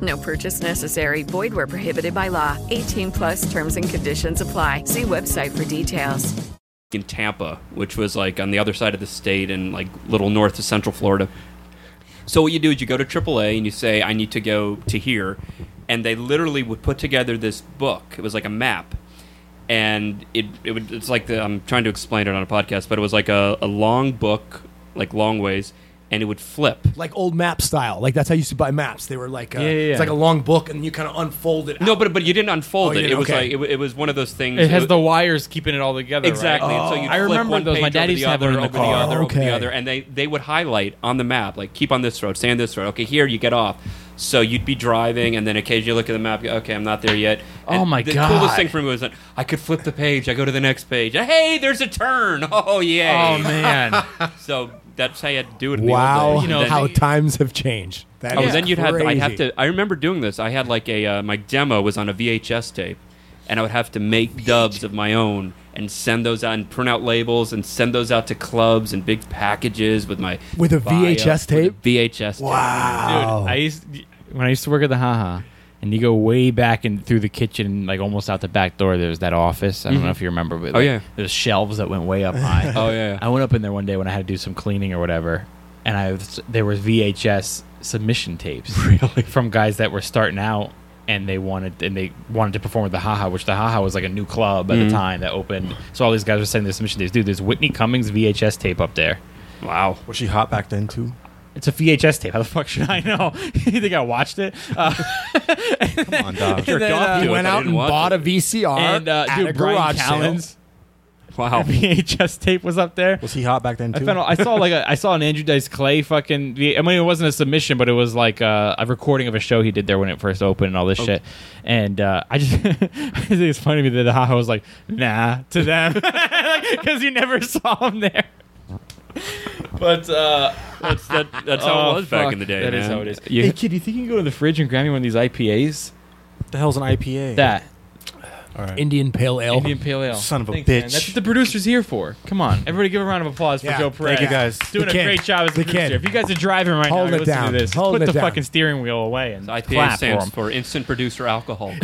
[SPEAKER 7] No purchase necessary. Void where prohibited by law. 18 plus terms and conditions apply. See website for details.
[SPEAKER 5] in Tampa, which was like on the other side of the state and like little north of Central Florida. So what you do is you go to AAA and you say, "I need to go to here," and they literally would put together this book. It was like a map, and it it would it's like the, I'm trying to explain it on a podcast, but it was like a, a long book, like long ways, and it would flip.
[SPEAKER 4] Like old map style. Like that's how you used to buy maps. They were like, uh
[SPEAKER 1] Yeah, yeah, yeah.
[SPEAKER 4] it's like a long book and you kind of unfold it.
[SPEAKER 5] No,
[SPEAKER 4] out.
[SPEAKER 5] but but you didn't unfold
[SPEAKER 4] Oh,
[SPEAKER 5] it.
[SPEAKER 4] you
[SPEAKER 5] it
[SPEAKER 4] didn't-
[SPEAKER 5] was
[SPEAKER 4] okay.
[SPEAKER 5] like it, wa- it was one of those things.
[SPEAKER 1] It has
[SPEAKER 5] it-
[SPEAKER 1] the wires keeping it all together. right?
[SPEAKER 5] Exactly. And so you
[SPEAKER 1] Oh. I remember
[SPEAKER 5] one
[SPEAKER 1] those.
[SPEAKER 5] Page
[SPEAKER 1] My dad
[SPEAKER 5] over
[SPEAKER 1] used
[SPEAKER 5] the
[SPEAKER 1] to have
[SPEAKER 5] other,
[SPEAKER 1] them in the
[SPEAKER 5] over
[SPEAKER 1] car.
[SPEAKER 5] The other, Over
[SPEAKER 4] Okay.
[SPEAKER 5] the other, and they they would highlight on the map like keep on this road, stay on this road. Okay, here you get off. So you'd be driving, and then occasionally look at the map. go, Okay, I'm not there yet. And
[SPEAKER 1] Oh my
[SPEAKER 5] the The
[SPEAKER 1] God.
[SPEAKER 5] coolest thing for me was that I could flip the page. I go to the next page. Hey, there's a turn. *laughs* Oh yeah.
[SPEAKER 1] Oh
[SPEAKER 5] *laughs*
[SPEAKER 1] man.
[SPEAKER 5] So that's how you had to do it. In The
[SPEAKER 4] Wow,
[SPEAKER 5] old days. And then-
[SPEAKER 4] how times have changed. That
[SPEAKER 5] Oh,
[SPEAKER 4] is
[SPEAKER 5] then you'd have. I have
[SPEAKER 4] crazy.
[SPEAKER 5] to. I remember doing this. I had like a uh, my demo was on a VHS tape, and I would have to make dubs of my own and send those out and print out labels and send those out to clubs and big packages with my
[SPEAKER 4] With a
[SPEAKER 5] bio-
[SPEAKER 4] VHS
[SPEAKER 5] with a
[SPEAKER 4] tape?
[SPEAKER 5] VHS.
[SPEAKER 4] Wow.
[SPEAKER 1] Dude, I used when I used to work at the haha, and you go way back and through the kitchen, like almost out the back door. There was that office. I don't know if you remember, but
[SPEAKER 5] Oh,
[SPEAKER 1] like,
[SPEAKER 5] yeah.
[SPEAKER 1] there's shelves that went way up high.
[SPEAKER 5] *laughs* Oh, yeah, yeah.
[SPEAKER 1] I went up in there one day when I had to do some cleaning or whatever, and I was, there was VHS submission
[SPEAKER 5] *laughs*
[SPEAKER 1] tapes, really, from guys that were starting out. And they wanted, and they wanted to perform at the Haha, which the Haha was like a new club at
[SPEAKER 5] Mm-hmm.
[SPEAKER 1] the time that opened. So all these guys were sending their submission tapes. Dude, there's Whitney Cummings VHS tape up there.
[SPEAKER 5] tape. Wow.
[SPEAKER 2] Was she hot back then too?
[SPEAKER 1] It's a VHS tape. How the fuck should I know? *laughs* you think I watched it? Uh,
[SPEAKER 2] Come on, dog.
[SPEAKER 1] and then, uh,
[SPEAKER 5] off to
[SPEAKER 4] You
[SPEAKER 5] it,
[SPEAKER 4] went
[SPEAKER 5] I
[SPEAKER 4] out
[SPEAKER 5] didn't
[SPEAKER 4] and
[SPEAKER 5] watch
[SPEAKER 4] bought
[SPEAKER 5] it.
[SPEAKER 4] a VCR
[SPEAKER 1] and uh,
[SPEAKER 4] at a
[SPEAKER 1] dude, Brian
[SPEAKER 4] garage
[SPEAKER 1] Callen's *laughs*
[SPEAKER 5] Wow.
[SPEAKER 1] VHS tape was up there.
[SPEAKER 2] Was he hot back then
[SPEAKER 1] I
[SPEAKER 2] too?
[SPEAKER 1] found. I saw like a, I saw an Andrew Dice Clay fucking. V- I mean, it wasn't a submission, but it was like uh, a recording of a show he did there when it first opened and all this shit. And uh, I just, *laughs* I think it's funny to me that the Haha was like, nah, to them, *laughs* because you never saw him there. But uh,
[SPEAKER 5] That's that, that's how
[SPEAKER 1] oh,
[SPEAKER 5] it was back
[SPEAKER 1] fuck,
[SPEAKER 5] in the day.
[SPEAKER 1] That is
[SPEAKER 5] man.
[SPEAKER 1] how it is.
[SPEAKER 5] You-
[SPEAKER 1] hey kid, you think you can go to the fridge and grab me one of these IPAs?
[SPEAKER 2] What the hell's an IPA?
[SPEAKER 1] That
[SPEAKER 2] All right.
[SPEAKER 4] Indian Pale Ale.
[SPEAKER 1] Indian Pale Ale.
[SPEAKER 2] Oh, Son of a
[SPEAKER 1] Thanks, man.
[SPEAKER 2] bitch.
[SPEAKER 1] That's what the producer's here for. Come on. Everybody give a round of applause for
[SPEAKER 2] Yeah.
[SPEAKER 1] Joe
[SPEAKER 2] Thank
[SPEAKER 1] Perez.
[SPEAKER 2] you, guys.
[SPEAKER 1] Doing
[SPEAKER 2] The
[SPEAKER 1] a
[SPEAKER 2] kid.
[SPEAKER 1] great job as the
[SPEAKER 2] The kid.
[SPEAKER 1] producer. If you guys are driving right
[SPEAKER 2] Holding
[SPEAKER 1] now, you're
[SPEAKER 2] it
[SPEAKER 1] listening to
[SPEAKER 2] down.
[SPEAKER 1] this. just
[SPEAKER 2] Holding
[SPEAKER 1] put
[SPEAKER 2] it
[SPEAKER 1] the
[SPEAKER 2] down.
[SPEAKER 1] fucking steering wheel away and
[SPEAKER 5] IPA
[SPEAKER 1] clap
[SPEAKER 5] stands
[SPEAKER 1] for him.
[SPEAKER 5] for instant
[SPEAKER 1] *laughs*
[SPEAKER 5] producer alcohol.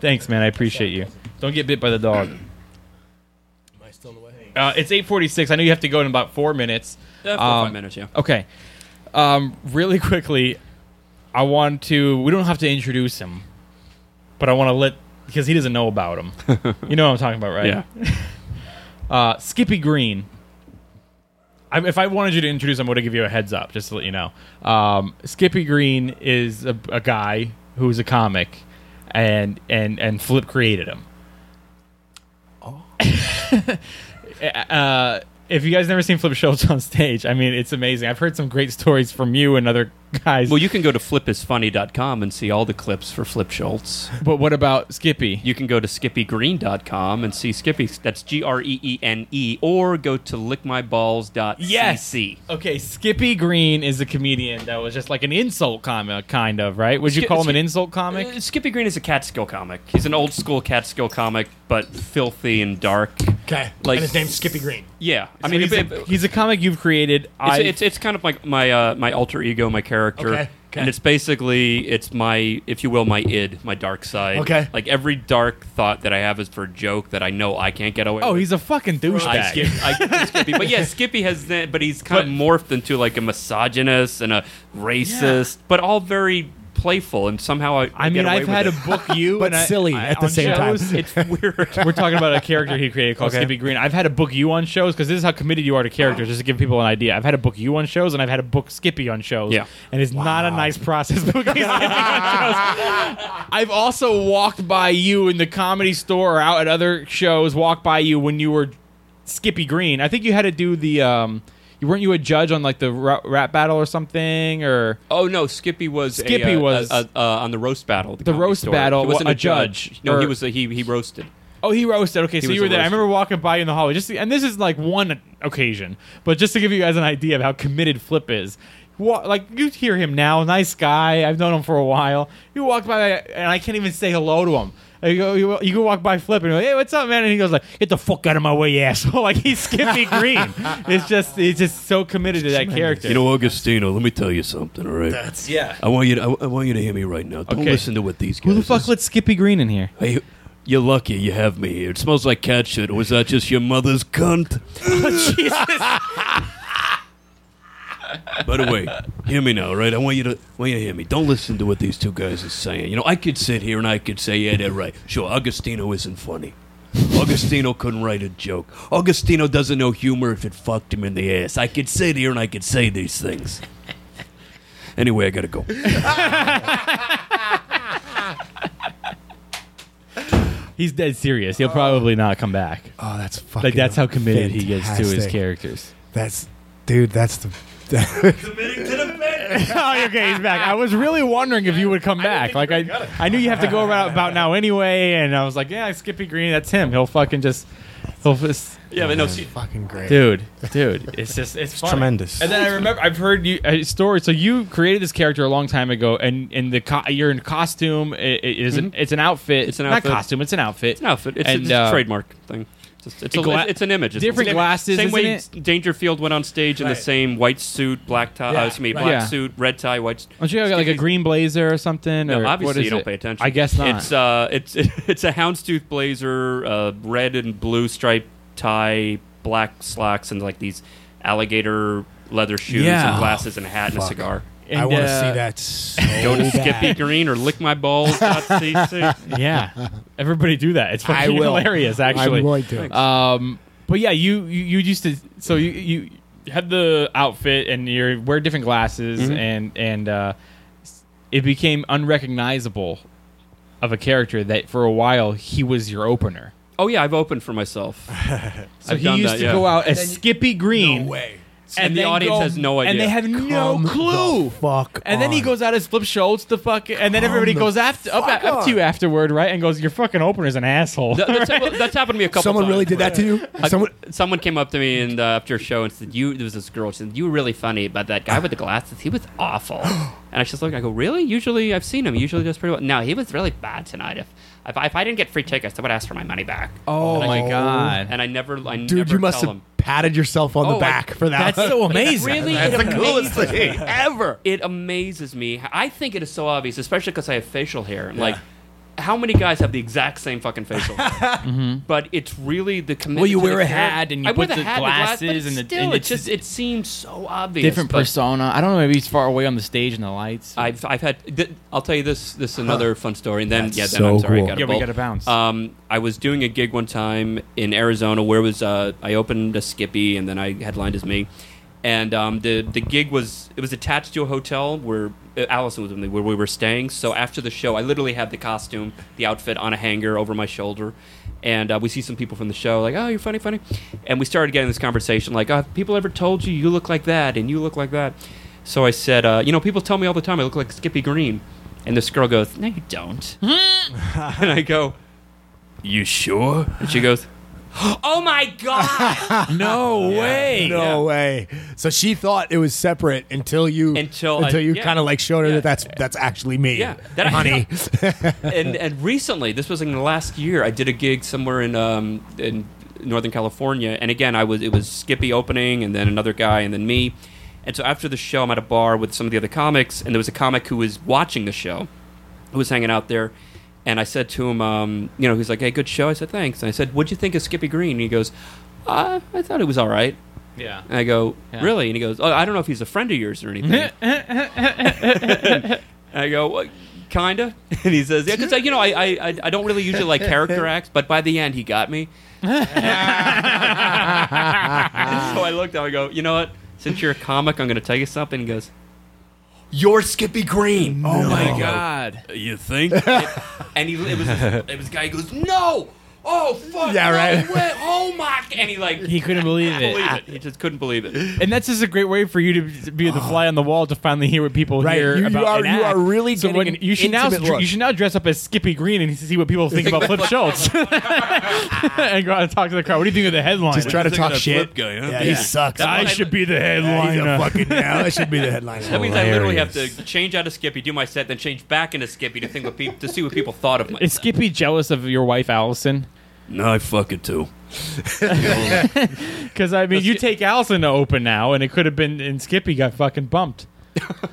[SPEAKER 1] Thanks, man. I appreciate you. Don't get bit by the dog. Am I
[SPEAKER 4] still in the way?
[SPEAKER 1] Uh, it's 8:46. I know you have to go in about four minutes.
[SPEAKER 5] Yeah, four or five minutes, yeah.
[SPEAKER 1] Okay. Um, really *laughs* quickly, I want to. We don't have to introduce him, but I want to let because he doesn't know about
[SPEAKER 5] *laughs*
[SPEAKER 1] him. you know what I'm talking about, right? Yeah. *laughs* uh, Skippy Green. I, if I wanted you to introduce him, I would have give you a heads up just to let you know. Um, Skippy Green is a, a guy who's a comic, and and and Flip created him.
[SPEAKER 5] Oh.
[SPEAKER 1] *laughs* uh, if you guys never seen Flip Schultz on stage, I mean, it's amazing. I've heard some great stories from you and other guys.
[SPEAKER 5] Well, you can go to flipisfunny.com and see all the clips for Flip Schultz.
[SPEAKER 1] But what about Skippy?
[SPEAKER 5] You can go to skippygreen.com and see Skippy. That's G R E E N E. Or go to lickmyballs.cc.
[SPEAKER 1] Yes. Okay, Skippy Green is a comedian that was just like an insult comic, kind of, right? Would you
[SPEAKER 5] Skip-
[SPEAKER 1] call him an
[SPEAKER 5] Skip-
[SPEAKER 1] insult comic?
[SPEAKER 5] Uh, Skippy Green is a Catskill comic. He's an old school Catskill comic, but filthy and dark.
[SPEAKER 3] Okay.
[SPEAKER 5] Like-
[SPEAKER 3] and his name's Skippy Green.
[SPEAKER 5] Yeah, I
[SPEAKER 1] So
[SPEAKER 5] mean,
[SPEAKER 1] he's,
[SPEAKER 5] if-
[SPEAKER 1] a,
[SPEAKER 5] if-
[SPEAKER 1] he's a comic you've created.
[SPEAKER 5] It's,
[SPEAKER 1] I
[SPEAKER 5] it's, it's kind of like my uh, my alter ego, my character,
[SPEAKER 1] Okay, okay.
[SPEAKER 5] and it's basically it's my if you will my id, my dark side.
[SPEAKER 1] Okay.
[SPEAKER 5] like every dark thought that I have is for a joke that I know I can't get away.
[SPEAKER 1] oh,
[SPEAKER 5] with.
[SPEAKER 1] he's a fucking
[SPEAKER 5] I skip,
[SPEAKER 1] douchebag. *laughs*
[SPEAKER 5] I skip Skippy, but yeah, Skippy has that, but he's kind of morphed into like a misogynist and a racist, but all very playful and somehow I. I,
[SPEAKER 1] I mean,
[SPEAKER 5] get away
[SPEAKER 1] I've
[SPEAKER 5] with
[SPEAKER 1] had
[SPEAKER 5] it.
[SPEAKER 1] to book you,
[SPEAKER 5] But
[SPEAKER 1] and I-
[SPEAKER 5] silly
[SPEAKER 1] I-
[SPEAKER 5] at the
[SPEAKER 1] on
[SPEAKER 5] same time.
[SPEAKER 1] shows,
[SPEAKER 5] It's weird.
[SPEAKER 1] *laughs* We're talking about a character he created called
[SPEAKER 5] Okay.
[SPEAKER 1] Skippy Green. I've had to book you on shows because this is how committed you are to characters. Just to give people an idea, I've had to book you on shows, and I've had to book Skippy on shows.
[SPEAKER 5] Yeah.
[SPEAKER 1] and it's not a nice process. *laughs* booking Skippy on shows. I've also walked by you in the comedy store or out at other shows. Walked by you when you were Skippy Green. I think you had to do the. Um, you weren't you a judge on like the ra- rap battle or something or
[SPEAKER 5] *laughs* Oh no, Skippy was a,
[SPEAKER 1] Skippy
[SPEAKER 5] uh,
[SPEAKER 1] was-
[SPEAKER 5] a, a, uh, on the roast battle.
[SPEAKER 1] The
[SPEAKER 5] Comedy
[SPEAKER 1] roast
[SPEAKER 5] Store.
[SPEAKER 1] battle,
[SPEAKER 5] He wasn't
[SPEAKER 1] wha-
[SPEAKER 5] a,
[SPEAKER 1] a judge,
[SPEAKER 5] No, he
[SPEAKER 1] or-
[SPEAKER 5] was a, he he roasted.
[SPEAKER 1] Oh, he roasted. Okay,
[SPEAKER 5] He
[SPEAKER 1] so
[SPEAKER 5] was
[SPEAKER 1] you were
[SPEAKER 5] a
[SPEAKER 1] there. I
[SPEAKER 5] roaster.
[SPEAKER 1] remember walking by you in the hallway. Just to, and this is like one occasion, but just to give you guys an idea of how committed Flip is. Wa- like you hear him now, nice guy. I've known him for a while. You walk by and I can't even say hello to him. Uh, You go, you, you go walk by Flip and you're like, hey, what's up, man? And he goes like, get the fuck out of my way, you asshole. *laughs* Like he's Skippy *laughs* Green. it's just, it's just so committed to that character.
[SPEAKER 8] You know, Augustino, let me tell you something, all right?
[SPEAKER 1] That's- yeah.
[SPEAKER 8] I want you to, I, I want you to hear me right now. Don't
[SPEAKER 1] Okay.
[SPEAKER 8] listen to what these guys
[SPEAKER 1] who the fuck let Skippy Green in here?
[SPEAKER 8] Hey, you're lucky you have me here. It smells like cat shit. Was that just your mother's cunt? By the way, hear me now, all right? I want you to I want you to hear me. Don't listen to what these two guys are saying. You know, I could sit here and I could say, yeah, they're right. Sure, Augustino isn't funny. Augustino couldn't write a joke. Augustino doesn't know humor if it fucked him in the ass. I could sit here and I could say these things. Anyway, I gotta go.
[SPEAKER 1] He's dead serious. He'll probably not come back.
[SPEAKER 4] Oh, that's fucking
[SPEAKER 1] like that's how committed he gets to his
[SPEAKER 4] fantastic.
[SPEAKER 1] characters.
[SPEAKER 4] That's, dude, that's the.
[SPEAKER 1] *laughs* oh, okay, he's back. I was really wondering if you would come back. Like I, I knew you have to go around about now anyway, and I was like, yeah, Skippy Green, that's him. He'll fucking just, he'll just.
[SPEAKER 5] Yeah, but no,
[SPEAKER 4] fucking great,
[SPEAKER 1] dude, dude. It's just it's, funny.
[SPEAKER 2] tremendous.
[SPEAKER 1] And then I remember I've heard you a story. So you created this character a long time ago, and and the co- you're in costume. It, it is an, it's an outfit.
[SPEAKER 5] Mm-hmm. It's an
[SPEAKER 1] not
[SPEAKER 5] outfit.
[SPEAKER 1] costume. It's an outfit. It's
[SPEAKER 5] an outfit. It's,
[SPEAKER 1] And,
[SPEAKER 5] it's a
[SPEAKER 1] uh,
[SPEAKER 5] trademark thing. It's, just- it's, a,
[SPEAKER 1] gla-
[SPEAKER 5] it's an image. It's
[SPEAKER 1] different
[SPEAKER 5] it's an
[SPEAKER 1] glasses,
[SPEAKER 5] Same way
[SPEAKER 1] isn't
[SPEAKER 5] Dangerfield went on stage in the same white suit, black tie.
[SPEAKER 1] Yeah,
[SPEAKER 5] uh, excuse me,
[SPEAKER 1] right.
[SPEAKER 5] black
[SPEAKER 1] Yeah.
[SPEAKER 5] suit, red tie, white. s-
[SPEAKER 1] Don't you have like a green blazer or something?
[SPEAKER 5] No,
[SPEAKER 1] or what
[SPEAKER 5] obviously
[SPEAKER 1] is
[SPEAKER 5] you don't
[SPEAKER 1] it?
[SPEAKER 5] pay attention.
[SPEAKER 1] I guess not.
[SPEAKER 5] It's uh,
[SPEAKER 9] *laughs*
[SPEAKER 5] it's it's a houndstooth blazer, uh, red and blue striped tie, black slacks, and like these alligator leather shoes
[SPEAKER 4] Yeah.
[SPEAKER 5] and glasses and a hat and a
[SPEAKER 4] Fuck.
[SPEAKER 5] cigar.
[SPEAKER 4] I want
[SPEAKER 1] uh,
[SPEAKER 4] to see that. So
[SPEAKER 5] Go to
[SPEAKER 4] bad.
[SPEAKER 5] Skippy Green or lickmyballs.cc. *laughs*
[SPEAKER 1] yeah, everybody do that. It's
[SPEAKER 4] I
[SPEAKER 1] fucking
[SPEAKER 4] will.
[SPEAKER 1] hilarious, actually.
[SPEAKER 4] I will do it.
[SPEAKER 1] Um, but yeah, you, you you used to so you you had the outfit and you wear different glasses
[SPEAKER 5] Mhm.
[SPEAKER 1] and and uh, it became unrecognizable of a character that for a while he was your opener.
[SPEAKER 5] Oh yeah, I've opened for *laughs* myself.
[SPEAKER 1] So he used to go out as Skippy Green.
[SPEAKER 5] And the
[SPEAKER 1] then
[SPEAKER 5] audience has no
[SPEAKER 1] And they
[SPEAKER 5] idea.
[SPEAKER 1] have no clue.
[SPEAKER 4] fuck.
[SPEAKER 1] And then he goes out as Flip Schultz, the fuck, and then
[SPEAKER 5] Come
[SPEAKER 1] everybody
[SPEAKER 5] the
[SPEAKER 1] goes after up,
[SPEAKER 5] fuck
[SPEAKER 1] up
[SPEAKER 5] on.
[SPEAKER 1] to you afterward, right? And goes, "Your fucking opener's an asshole."
[SPEAKER 5] That- that's, that's happened to me a couple.
[SPEAKER 4] Someone
[SPEAKER 5] times.
[SPEAKER 4] really did that to you?
[SPEAKER 5] Uh,
[SPEAKER 4] Someone-
[SPEAKER 5] Someone came up to me and uh, after a show and said, "You." There was this girl. She said, "You were really funny, but that guy with the glasses, he was awful." And
[SPEAKER 9] And I was just looking. I go, really? Usually I've seen him. He Usually does pretty well. No, he was really bad tonight. If if, I- if I didn't get free tickets, I would ask for my money back.
[SPEAKER 4] Oh,
[SPEAKER 9] And I
[SPEAKER 4] my
[SPEAKER 9] just-
[SPEAKER 4] God.
[SPEAKER 9] And I never, I
[SPEAKER 4] Dude,
[SPEAKER 9] never
[SPEAKER 4] you must
[SPEAKER 9] tell
[SPEAKER 4] have
[SPEAKER 9] him.
[SPEAKER 4] patted yourself on
[SPEAKER 9] Oh,
[SPEAKER 4] the
[SPEAKER 9] I-
[SPEAKER 4] back for that.
[SPEAKER 1] *laughs*
[SPEAKER 9] Really, it amazes me. *laughs* It amazes me. I think it is so obvious, especially because I have facial hair. Like, how many guys have the exact same fucking facial
[SPEAKER 1] *laughs*
[SPEAKER 9] hair? But it's really the commitment.
[SPEAKER 1] Well, you
[SPEAKER 9] to
[SPEAKER 1] wear
[SPEAKER 9] the
[SPEAKER 1] a
[SPEAKER 9] char-
[SPEAKER 1] hat and you
[SPEAKER 9] I wear
[SPEAKER 1] put the
[SPEAKER 9] hat glass, but
[SPEAKER 1] glasses and the-
[SPEAKER 9] still,
[SPEAKER 1] and
[SPEAKER 9] it
[SPEAKER 1] it's-
[SPEAKER 9] just it seems so obvious.
[SPEAKER 1] Different
[SPEAKER 9] but-
[SPEAKER 1] persona. I don't know. Maybe he's far away on the stage and the lights.
[SPEAKER 9] I've I've had. Th- I'll tell you this this is another fun story, and then
[SPEAKER 1] That's
[SPEAKER 9] yeah, then
[SPEAKER 1] so
[SPEAKER 9] I'm sorry,
[SPEAKER 1] cool.
[SPEAKER 9] I gotta
[SPEAKER 1] Yeah, we
[SPEAKER 9] bolt.
[SPEAKER 1] gotta bounce.
[SPEAKER 9] Um, I was doing a gig one time in Arizona where was uh, I opened a Skippy, and then I headlined as me, and um, the the gig was it was attached to a hotel where uh, Allison was with me where we were staying. So after the show, I literally had the costume, the outfit on a hanger over my shoulder. And uh, we see some people from the show, like, oh, you're funny, funny. And we started getting this conversation, like, oh, have people ever told you you look like that and you look like that? So I said, uh, you know, people tell me all the time I look like Skippy Green. And this girl goes, no, you don't. *laughs* and I go, you sure? And she goes, *gasps* oh my god!
[SPEAKER 4] *laughs* no
[SPEAKER 9] way.
[SPEAKER 4] No
[SPEAKER 9] *laughs* Yeah.
[SPEAKER 4] way. So she thought it was separate until you
[SPEAKER 9] Until I-
[SPEAKER 4] until you
[SPEAKER 9] yeah.
[SPEAKER 4] kind of like showed her that that's that's actually me.
[SPEAKER 9] Yeah, that I-
[SPEAKER 4] honey.
[SPEAKER 9] *laughs* and and recently, this was in the last year, I did a gig somewhere in um in Northern California, and again, I was it was Skippy opening, and then another guy, and then me, and so after the show, I'm at a bar with some of the other comics, and there was a comic who was watching the show, who was hanging out there, and I said to him, um, you know, he's like, "Hey, good show." I said, "Thanks," and I said, "What'd you think of Skippy Green?" And he goes, uh, "I thought it was all right."
[SPEAKER 1] Yeah.
[SPEAKER 9] And I go,
[SPEAKER 1] Yeah.
[SPEAKER 9] "Really?" And he goes, "Oh, I don't know if he's a friend of yours
[SPEAKER 1] *laughs*
[SPEAKER 9] or anything." and I go, well, kinda. *laughs* And he says, yeah, because you know, I, I I- I don't really usually like character acts, but by the end, he got
[SPEAKER 1] *laughs*
[SPEAKER 9] me. *laughs* so I looked at him. I go, you know what? Since you're a comic, I'm going to tell you something. He goes, "You're Skippy Green." Oh
[SPEAKER 5] my God. You think?
[SPEAKER 9] and he it was it was a guy. He goes, "No, oh fuck,
[SPEAKER 1] Yeah,
[SPEAKER 9] no
[SPEAKER 1] right.
[SPEAKER 9] way. oh my!" And he like
[SPEAKER 1] He couldn't believe it.
[SPEAKER 9] believe it. He just couldn't believe it.
[SPEAKER 1] And that's just a great way for you to be the fly on the wall to finally hear what people
[SPEAKER 9] Right,
[SPEAKER 1] hear
[SPEAKER 9] you- you
[SPEAKER 1] about
[SPEAKER 9] are-
[SPEAKER 1] an
[SPEAKER 9] you
[SPEAKER 1] act.
[SPEAKER 9] are really
[SPEAKER 1] so
[SPEAKER 9] getting
[SPEAKER 1] when,
[SPEAKER 9] an
[SPEAKER 1] you should now
[SPEAKER 9] intimate look.
[SPEAKER 1] you should now dress up as Skippy Green and see what people think about Flip
[SPEAKER 9] *laughs*
[SPEAKER 1] Schultz *laughs* and go out and talk to the crowd. What do you think of the headline?
[SPEAKER 4] Just try to talk shit. Yeah, he sucks.
[SPEAKER 1] I should be the headliner.
[SPEAKER 4] Yeah, he's a fucking yeah, I should
[SPEAKER 1] *laughs*
[SPEAKER 4] be the headliner.
[SPEAKER 9] That means I literally have to change out of Skippy, do my set, then change back into Skippy to think what peop to see what people thought of me.
[SPEAKER 1] Is Skippy jealous of your wife Allison?
[SPEAKER 5] No, I fuck it too.
[SPEAKER 1] Because I mean, you take Allison to open now, and it could have been, and Skippy got fucking bumped.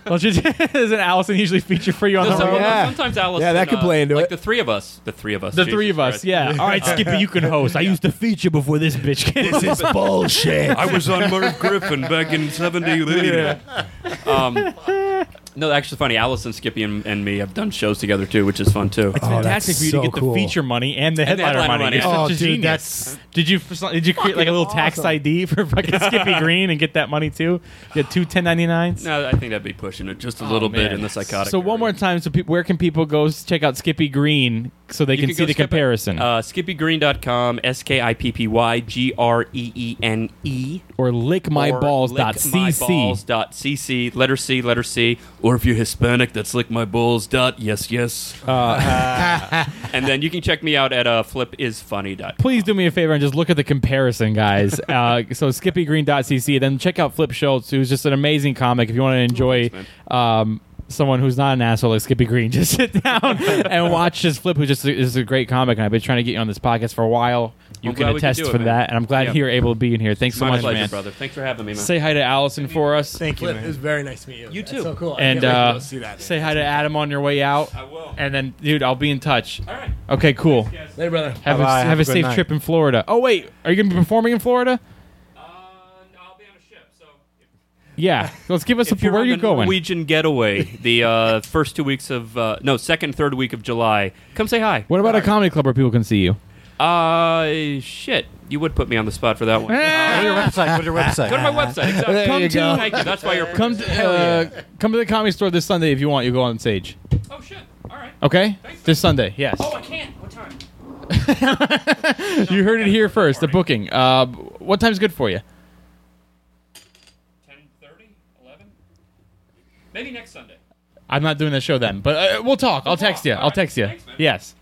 [SPEAKER 1] Don't you? *laughs* Isn't Allison usually feature for you on
[SPEAKER 9] No,
[SPEAKER 1] the
[SPEAKER 9] some-
[SPEAKER 1] road?
[SPEAKER 9] Sometimes Alice. like the three of us. The three of us.
[SPEAKER 1] The
[SPEAKER 9] Jesus
[SPEAKER 1] three of us,
[SPEAKER 9] Christ.
[SPEAKER 1] yeah. All
[SPEAKER 9] *laughs*
[SPEAKER 1] right, Skippy, you can host. I used to feature before this bitch came. along.
[SPEAKER 5] I was on Merv Griffin back in '70.
[SPEAKER 9] Yeah. Um, no, actually, funny. Alice and Skippy and, and me have done shows together too, which is fun too. Uh,
[SPEAKER 1] It's fantastic for you to get the feature money and the
[SPEAKER 9] And the
[SPEAKER 1] headliner,
[SPEAKER 9] headliner
[SPEAKER 1] money.
[SPEAKER 9] money.
[SPEAKER 1] You're
[SPEAKER 9] Oh,
[SPEAKER 1] such a
[SPEAKER 9] dude,
[SPEAKER 1] genius.
[SPEAKER 9] that's
[SPEAKER 1] did you did you create like a little tax
[SPEAKER 9] awesome.
[SPEAKER 1] ID for fucking
[SPEAKER 9] *laughs*
[SPEAKER 1] Skippy Green and get that money too? Get two 1099s.
[SPEAKER 9] No, I think that'd be pushing it just a little bit in the psychotic.
[SPEAKER 1] Oh, So one more time, so pe- where can people go s- check out Skippy Green so they
[SPEAKER 9] You
[SPEAKER 1] can,
[SPEAKER 9] can
[SPEAKER 1] see
[SPEAKER 9] go
[SPEAKER 1] the
[SPEAKER 9] skip it.
[SPEAKER 1] comparison?
[SPEAKER 9] uh, skippygreen.com, S K I P P Y G R E E N E.
[SPEAKER 1] Or lickmyballs.cc.
[SPEAKER 9] lickmyballs.cc, letter C, letter C. Or if you're Hispanic, that's lickmyballs. Dot, yes, yes.
[SPEAKER 1] Uh,
[SPEAKER 9] Uh,
[SPEAKER 1] *laughs*
[SPEAKER 9] and then you can check me out at uh, flipisfunny.com.
[SPEAKER 1] Please do me a favor and just look at the comparison, guys. uh, so skippygreen.cc, then check out Flip Schultz, who's just an amazing comic. If you want to enjoy um, someone who's not an asshole like Skippy Green, *laughs* just sit down and watch his Flip, who just is a great comic. And I've been trying to get you on this podcast for a while. You
[SPEAKER 9] I'm
[SPEAKER 1] can
[SPEAKER 9] glad we could
[SPEAKER 1] attest
[SPEAKER 9] do it,
[SPEAKER 1] for
[SPEAKER 9] man.
[SPEAKER 1] that, and I'm glad
[SPEAKER 9] Yeah.
[SPEAKER 1] you're able to be in here. Thanks so
[SPEAKER 9] My
[SPEAKER 1] much,
[SPEAKER 9] pleasure,
[SPEAKER 1] man.
[SPEAKER 9] brother. Thanks for having me, man.
[SPEAKER 1] Say hi to Allison for us.
[SPEAKER 4] Thank you, It was very nice to meet you. You too. so cool. I
[SPEAKER 1] and
[SPEAKER 4] can't wait to
[SPEAKER 1] uh,
[SPEAKER 4] go see that.
[SPEAKER 1] say hi to Adam on your way out. I will. And then, dude, I'll be in touch. All right.
[SPEAKER 9] Uh,
[SPEAKER 1] Okay, cool.
[SPEAKER 4] Later, brother.
[SPEAKER 1] Have a,
[SPEAKER 4] Bye-bye.
[SPEAKER 1] have
[SPEAKER 4] Have
[SPEAKER 1] a
[SPEAKER 4] a good
[SPEAKER 1] safe
[SPEAKER 4] night.
[SPEAKER 1] trip in Florida. Oh wait, are you going to be performing in Florida? Yeah, let's give us a. Where are you going?
[SPEAKER 9] Norwegian getaway, the *laughs* uh, first two weeks of, uh, no, second, third week of July. Come say hi.
[SPEAKER 1] What about a comedy club where people can see you?
[SPEAKER 9] Uh, shit. You would put me on the spot for that
[SPEAKER 1] *laughs*
[SPEAKER 9] one. go
[SPEAKER 2] to your website. Go to
[SPEAKER 5] *laughs*
[SPEAKER 2] your website.
[SPEAKER 9] to my website. Exactly.
[SPEAKER 2] There
[SPEAKER 9] Come
[SPEAKER 2] you
[SPEAKER 9] to-
[SPEAKER 2] go.
[SPEAKER 9] Thank you. That's why you're.
[SPEAKER 1] Come to uh, come to the comedy store this Sunday if you want. You go on stage. Oh shit! All right. Okay, this Sunday. Yes.
[SPEAKER 9] Oh, I can't. What time?
[SPEAKER 1] you heard it here first. The booking. Uh, what time's good for you?
[SPEAKER 9] Maybe next Sunday.
[SPEAKER 1] I'm not doing the show then, but uh, we'll talk. I'll text you. I'll text you. Yes.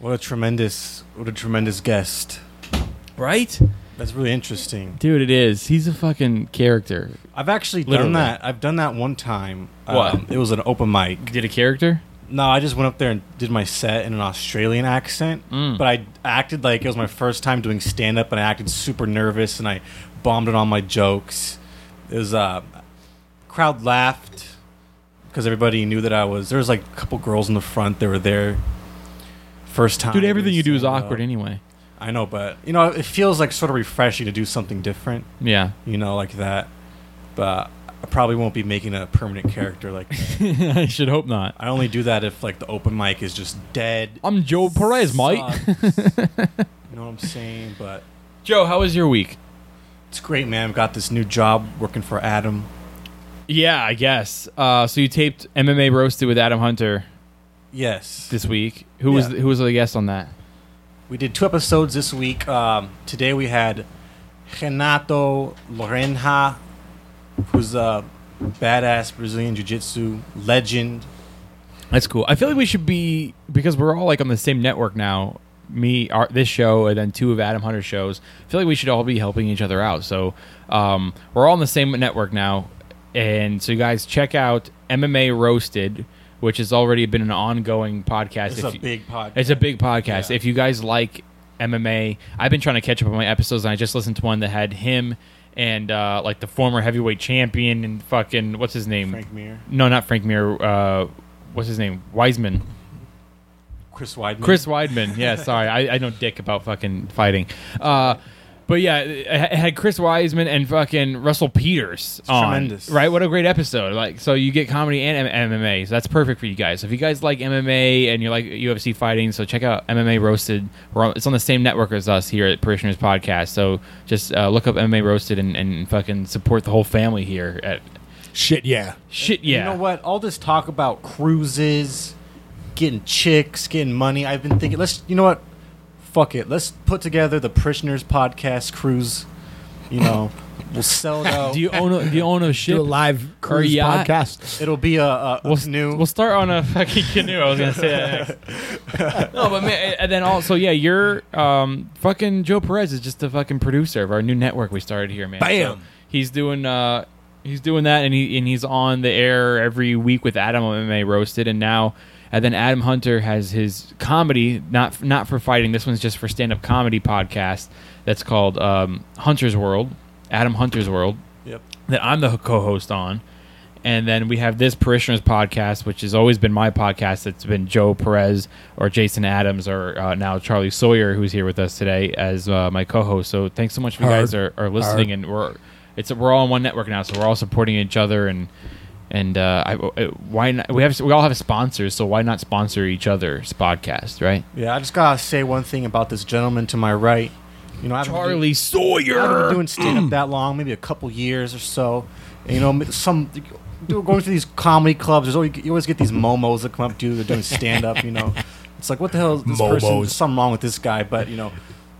[SPEAKER 2] What a tremendous, what a tremendous guest.
[SPEAKER 1] Right?
[SPEAKER 2] That's really interesting.
[SPEAKER 1] Dude, it is. He's a fucking character.
[SPEAKER 2] I've actually
[SPEAKER 1] Literally.
[SPEAKER 2] done that. I've done that one time. Um,
[SPEAKER 1] What?
[SPEAKER 2] it was an open mic.
[SPEAKER 1] Did a character?
[SPEAKER 2] No, I just went up there and did my set in an Australian accent.
[SPEAKER 1] Mm.
[SPEAKER 2] But I acted like it was my first time doing stand up, and I acted super nervous, and I bombed on all my jokes. It was uh, crowd laughed because everybody knew that I was. There was like a couple girls in the front that were there first time.
[SPEAKER 1] Dude, everything
[SPEAKER 2] doing
[SPEAKER 1] you do is
[SPEAKER 2] stand-up.
[SPEAKER 1] awkward anyway.
[SPEAKER 2] I know, but you know, it feels like sort of refreshing to do something different.
[SPEAKER 1] Yeah. *laughs*
[SPEAKER 2] you know, like that. But I probably won't be making a permanent character like. that.
[SPEAKER 1] I should hope not.
[SPEAKER 2] I only do that if like the open mic is just dead.
[SPEAKER 1] I'm Joe Perez, mate.
[SPEAKER 2] Sucks. *laughs* you know what I'm saying? But
[SPEAKER 1] Joe, how was your week?
[SPEAKER 2] It's great, man. I've got this new job working for Adam.
[SPEAKER 1] Yeah, I guess. Uh, so you taped MMA roasted with Adam Hunter.
[SPEAKER 2] Yes.
[SPEAKER 1] This week, who was
[SPEAKER 2] Yeah.
[SPEAKER 1] who was the guest on that?
[SPEAKER 2] We did two episodes this week. Um, today we had Renato Lorenha, who's a badass Brazilian jiu-jitsu legend.
[SPEAKER 1] That's cool. I feel like we should be because we're all like on the same network now. Me, our, this show, and then two of Adam Hunter's shows. I feel like we should all be helping each other out. So um, we're all on the same network now, and so you guys check out MMA Roasted, which has already been an ongoing podcast.
[SPEAKER 2] It's
[SPEAKER 1] If
[SPEAKER 2] a
[SPEAKER 1] you-
[SPEAKER 2] big podcast.
[SPEAKER 1] It's a big podcast. If you guys like MMA, I've been trying to catch up on my episodes, and I just listened to one that had him and uh, like the former heavyweight champion and fucking what's his name?
[SPEAKER 2] Frank Mir.
[SPEAKER 1] No, not Frank Mir. Uh, what's his name? Wiseman.
[SPEAKER 2] Chris Weidman.
[SPEAKER 1] Chris Weidman.
[SPEAKER 2] *laughs*
[SPEAKER 1] Yeah, sorry, I, I know dick about fucking fighting. Uh, but yeah, it it had Chris Wiseman and fucking Russell Peters on.
[SPEAKER 2] tremendous.
[SPEAKER 1] Right? What a great episode! Like, so you get comedy and M- MMA, so that's perfect for you guys. So if you guys like MMA and you like UFC fighting, so check out MMA Roasted. We're on, it's on the same network as us here at Parishioners Podcast. So just uh, look up MMA Roasted and, and fucking support the whole family here at.
[SPEAKER 4] Shit, yeah.
[SPEAKER 1] Shit, yeah.
[SPEAKER 2] You know what? All this talk about cruises, getting chicks, getting money. I've been thinking. Let's. You know what? Fuck it. Let's put together the Prisoners podcast cruise.
[SPEAKER 1] *laughs*
[SPEAKER 2] You know, we'll sell it out.
[SPEAKER 1] Do you own a, do you own a ship?
[SPEAKER 4] live
[SPEAKER 1] Or a yacht?
[SPEAKER 2] It'll be a, a, a canoe.
[SPEAKER 1] We'll start on a *laughs* fucking canoe. I was gonna say that next. no, but man, and then also, yeah, you're um, fucking Joe Perez is just the fucking producer of our new network we started here, man.
[SPEAKER 4] Bam.
[SPEAKER 1] So he's doing uh, he's doing that, and he and he's on the air every week with Adam on MMA Roasted, and now. And then Adam Hunter has his comedy, not not for fighting. This one's just for stand up comedy podcast. That's called um, Hunter's World. Adam Hunter's World.
[SPEAKER 2] Yep.
[SPEAKER 1] That I'm the co-host on, and then we have this Parishioners podcast, which has always been my podcast. It's been Joe Perez or Jason Adams or uh, now Charlie Sawyer, who's here with us today as uh, my co-host. So thanks so much for you
[SPEAKER 4] Hard.
[SPEAKER 1] guys are, are listening,
[SPEAKER 4] Hard.
[SPEAKER 1] and we're it's we're all on one network now, so we're all supporting each other and. And uh, I, I- why not? We have we all have sponsors, so why not sponsor each other's podcast, right?
[SPEAKER 2] Yeah, I just gotta say one thing about this gentleman to my right. You know, I haven't been-
[SPEAKER 1] Charlie Sawyer.
[SPEAKER 2] I haven't been doing stand up that long, maybe a couple years or so. And, you know, m- some dude, going to these comedy clubs. There's always, you always get these momos that come up to you. They're doing stand up. You know, it's like what the hell is this person?
[SPEAKER 4] Momos.
[SPEAKER 2] There's something wrong with this guy. But you know,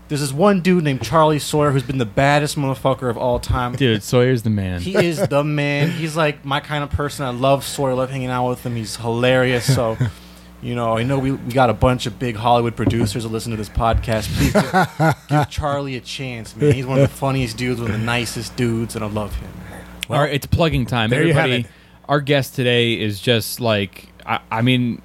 [SPEAKER 2] there's this one dude named Charlie Sawyer who's been the baddest motherfucker of all time.
[SPEAKER 1] Dude, Sawyer's the man.
[SPEAKER 2] He is the man. He's like my kind of person. I love Sawyer. I love hanging out with him. He's hilarious. So, you know, I know we, we got a bunch of big Hollywood producers that listen to this podcast. Please give, give Charlie a chance, man. He's one of the funniest dudes, one of the nicest dudes, and I love him.
[SPEAKER 1] All right, it's plugging time.
[SPEAKER 2] there you have
[SPEAKER 1] Everybody, our guest today is just like I, I mean,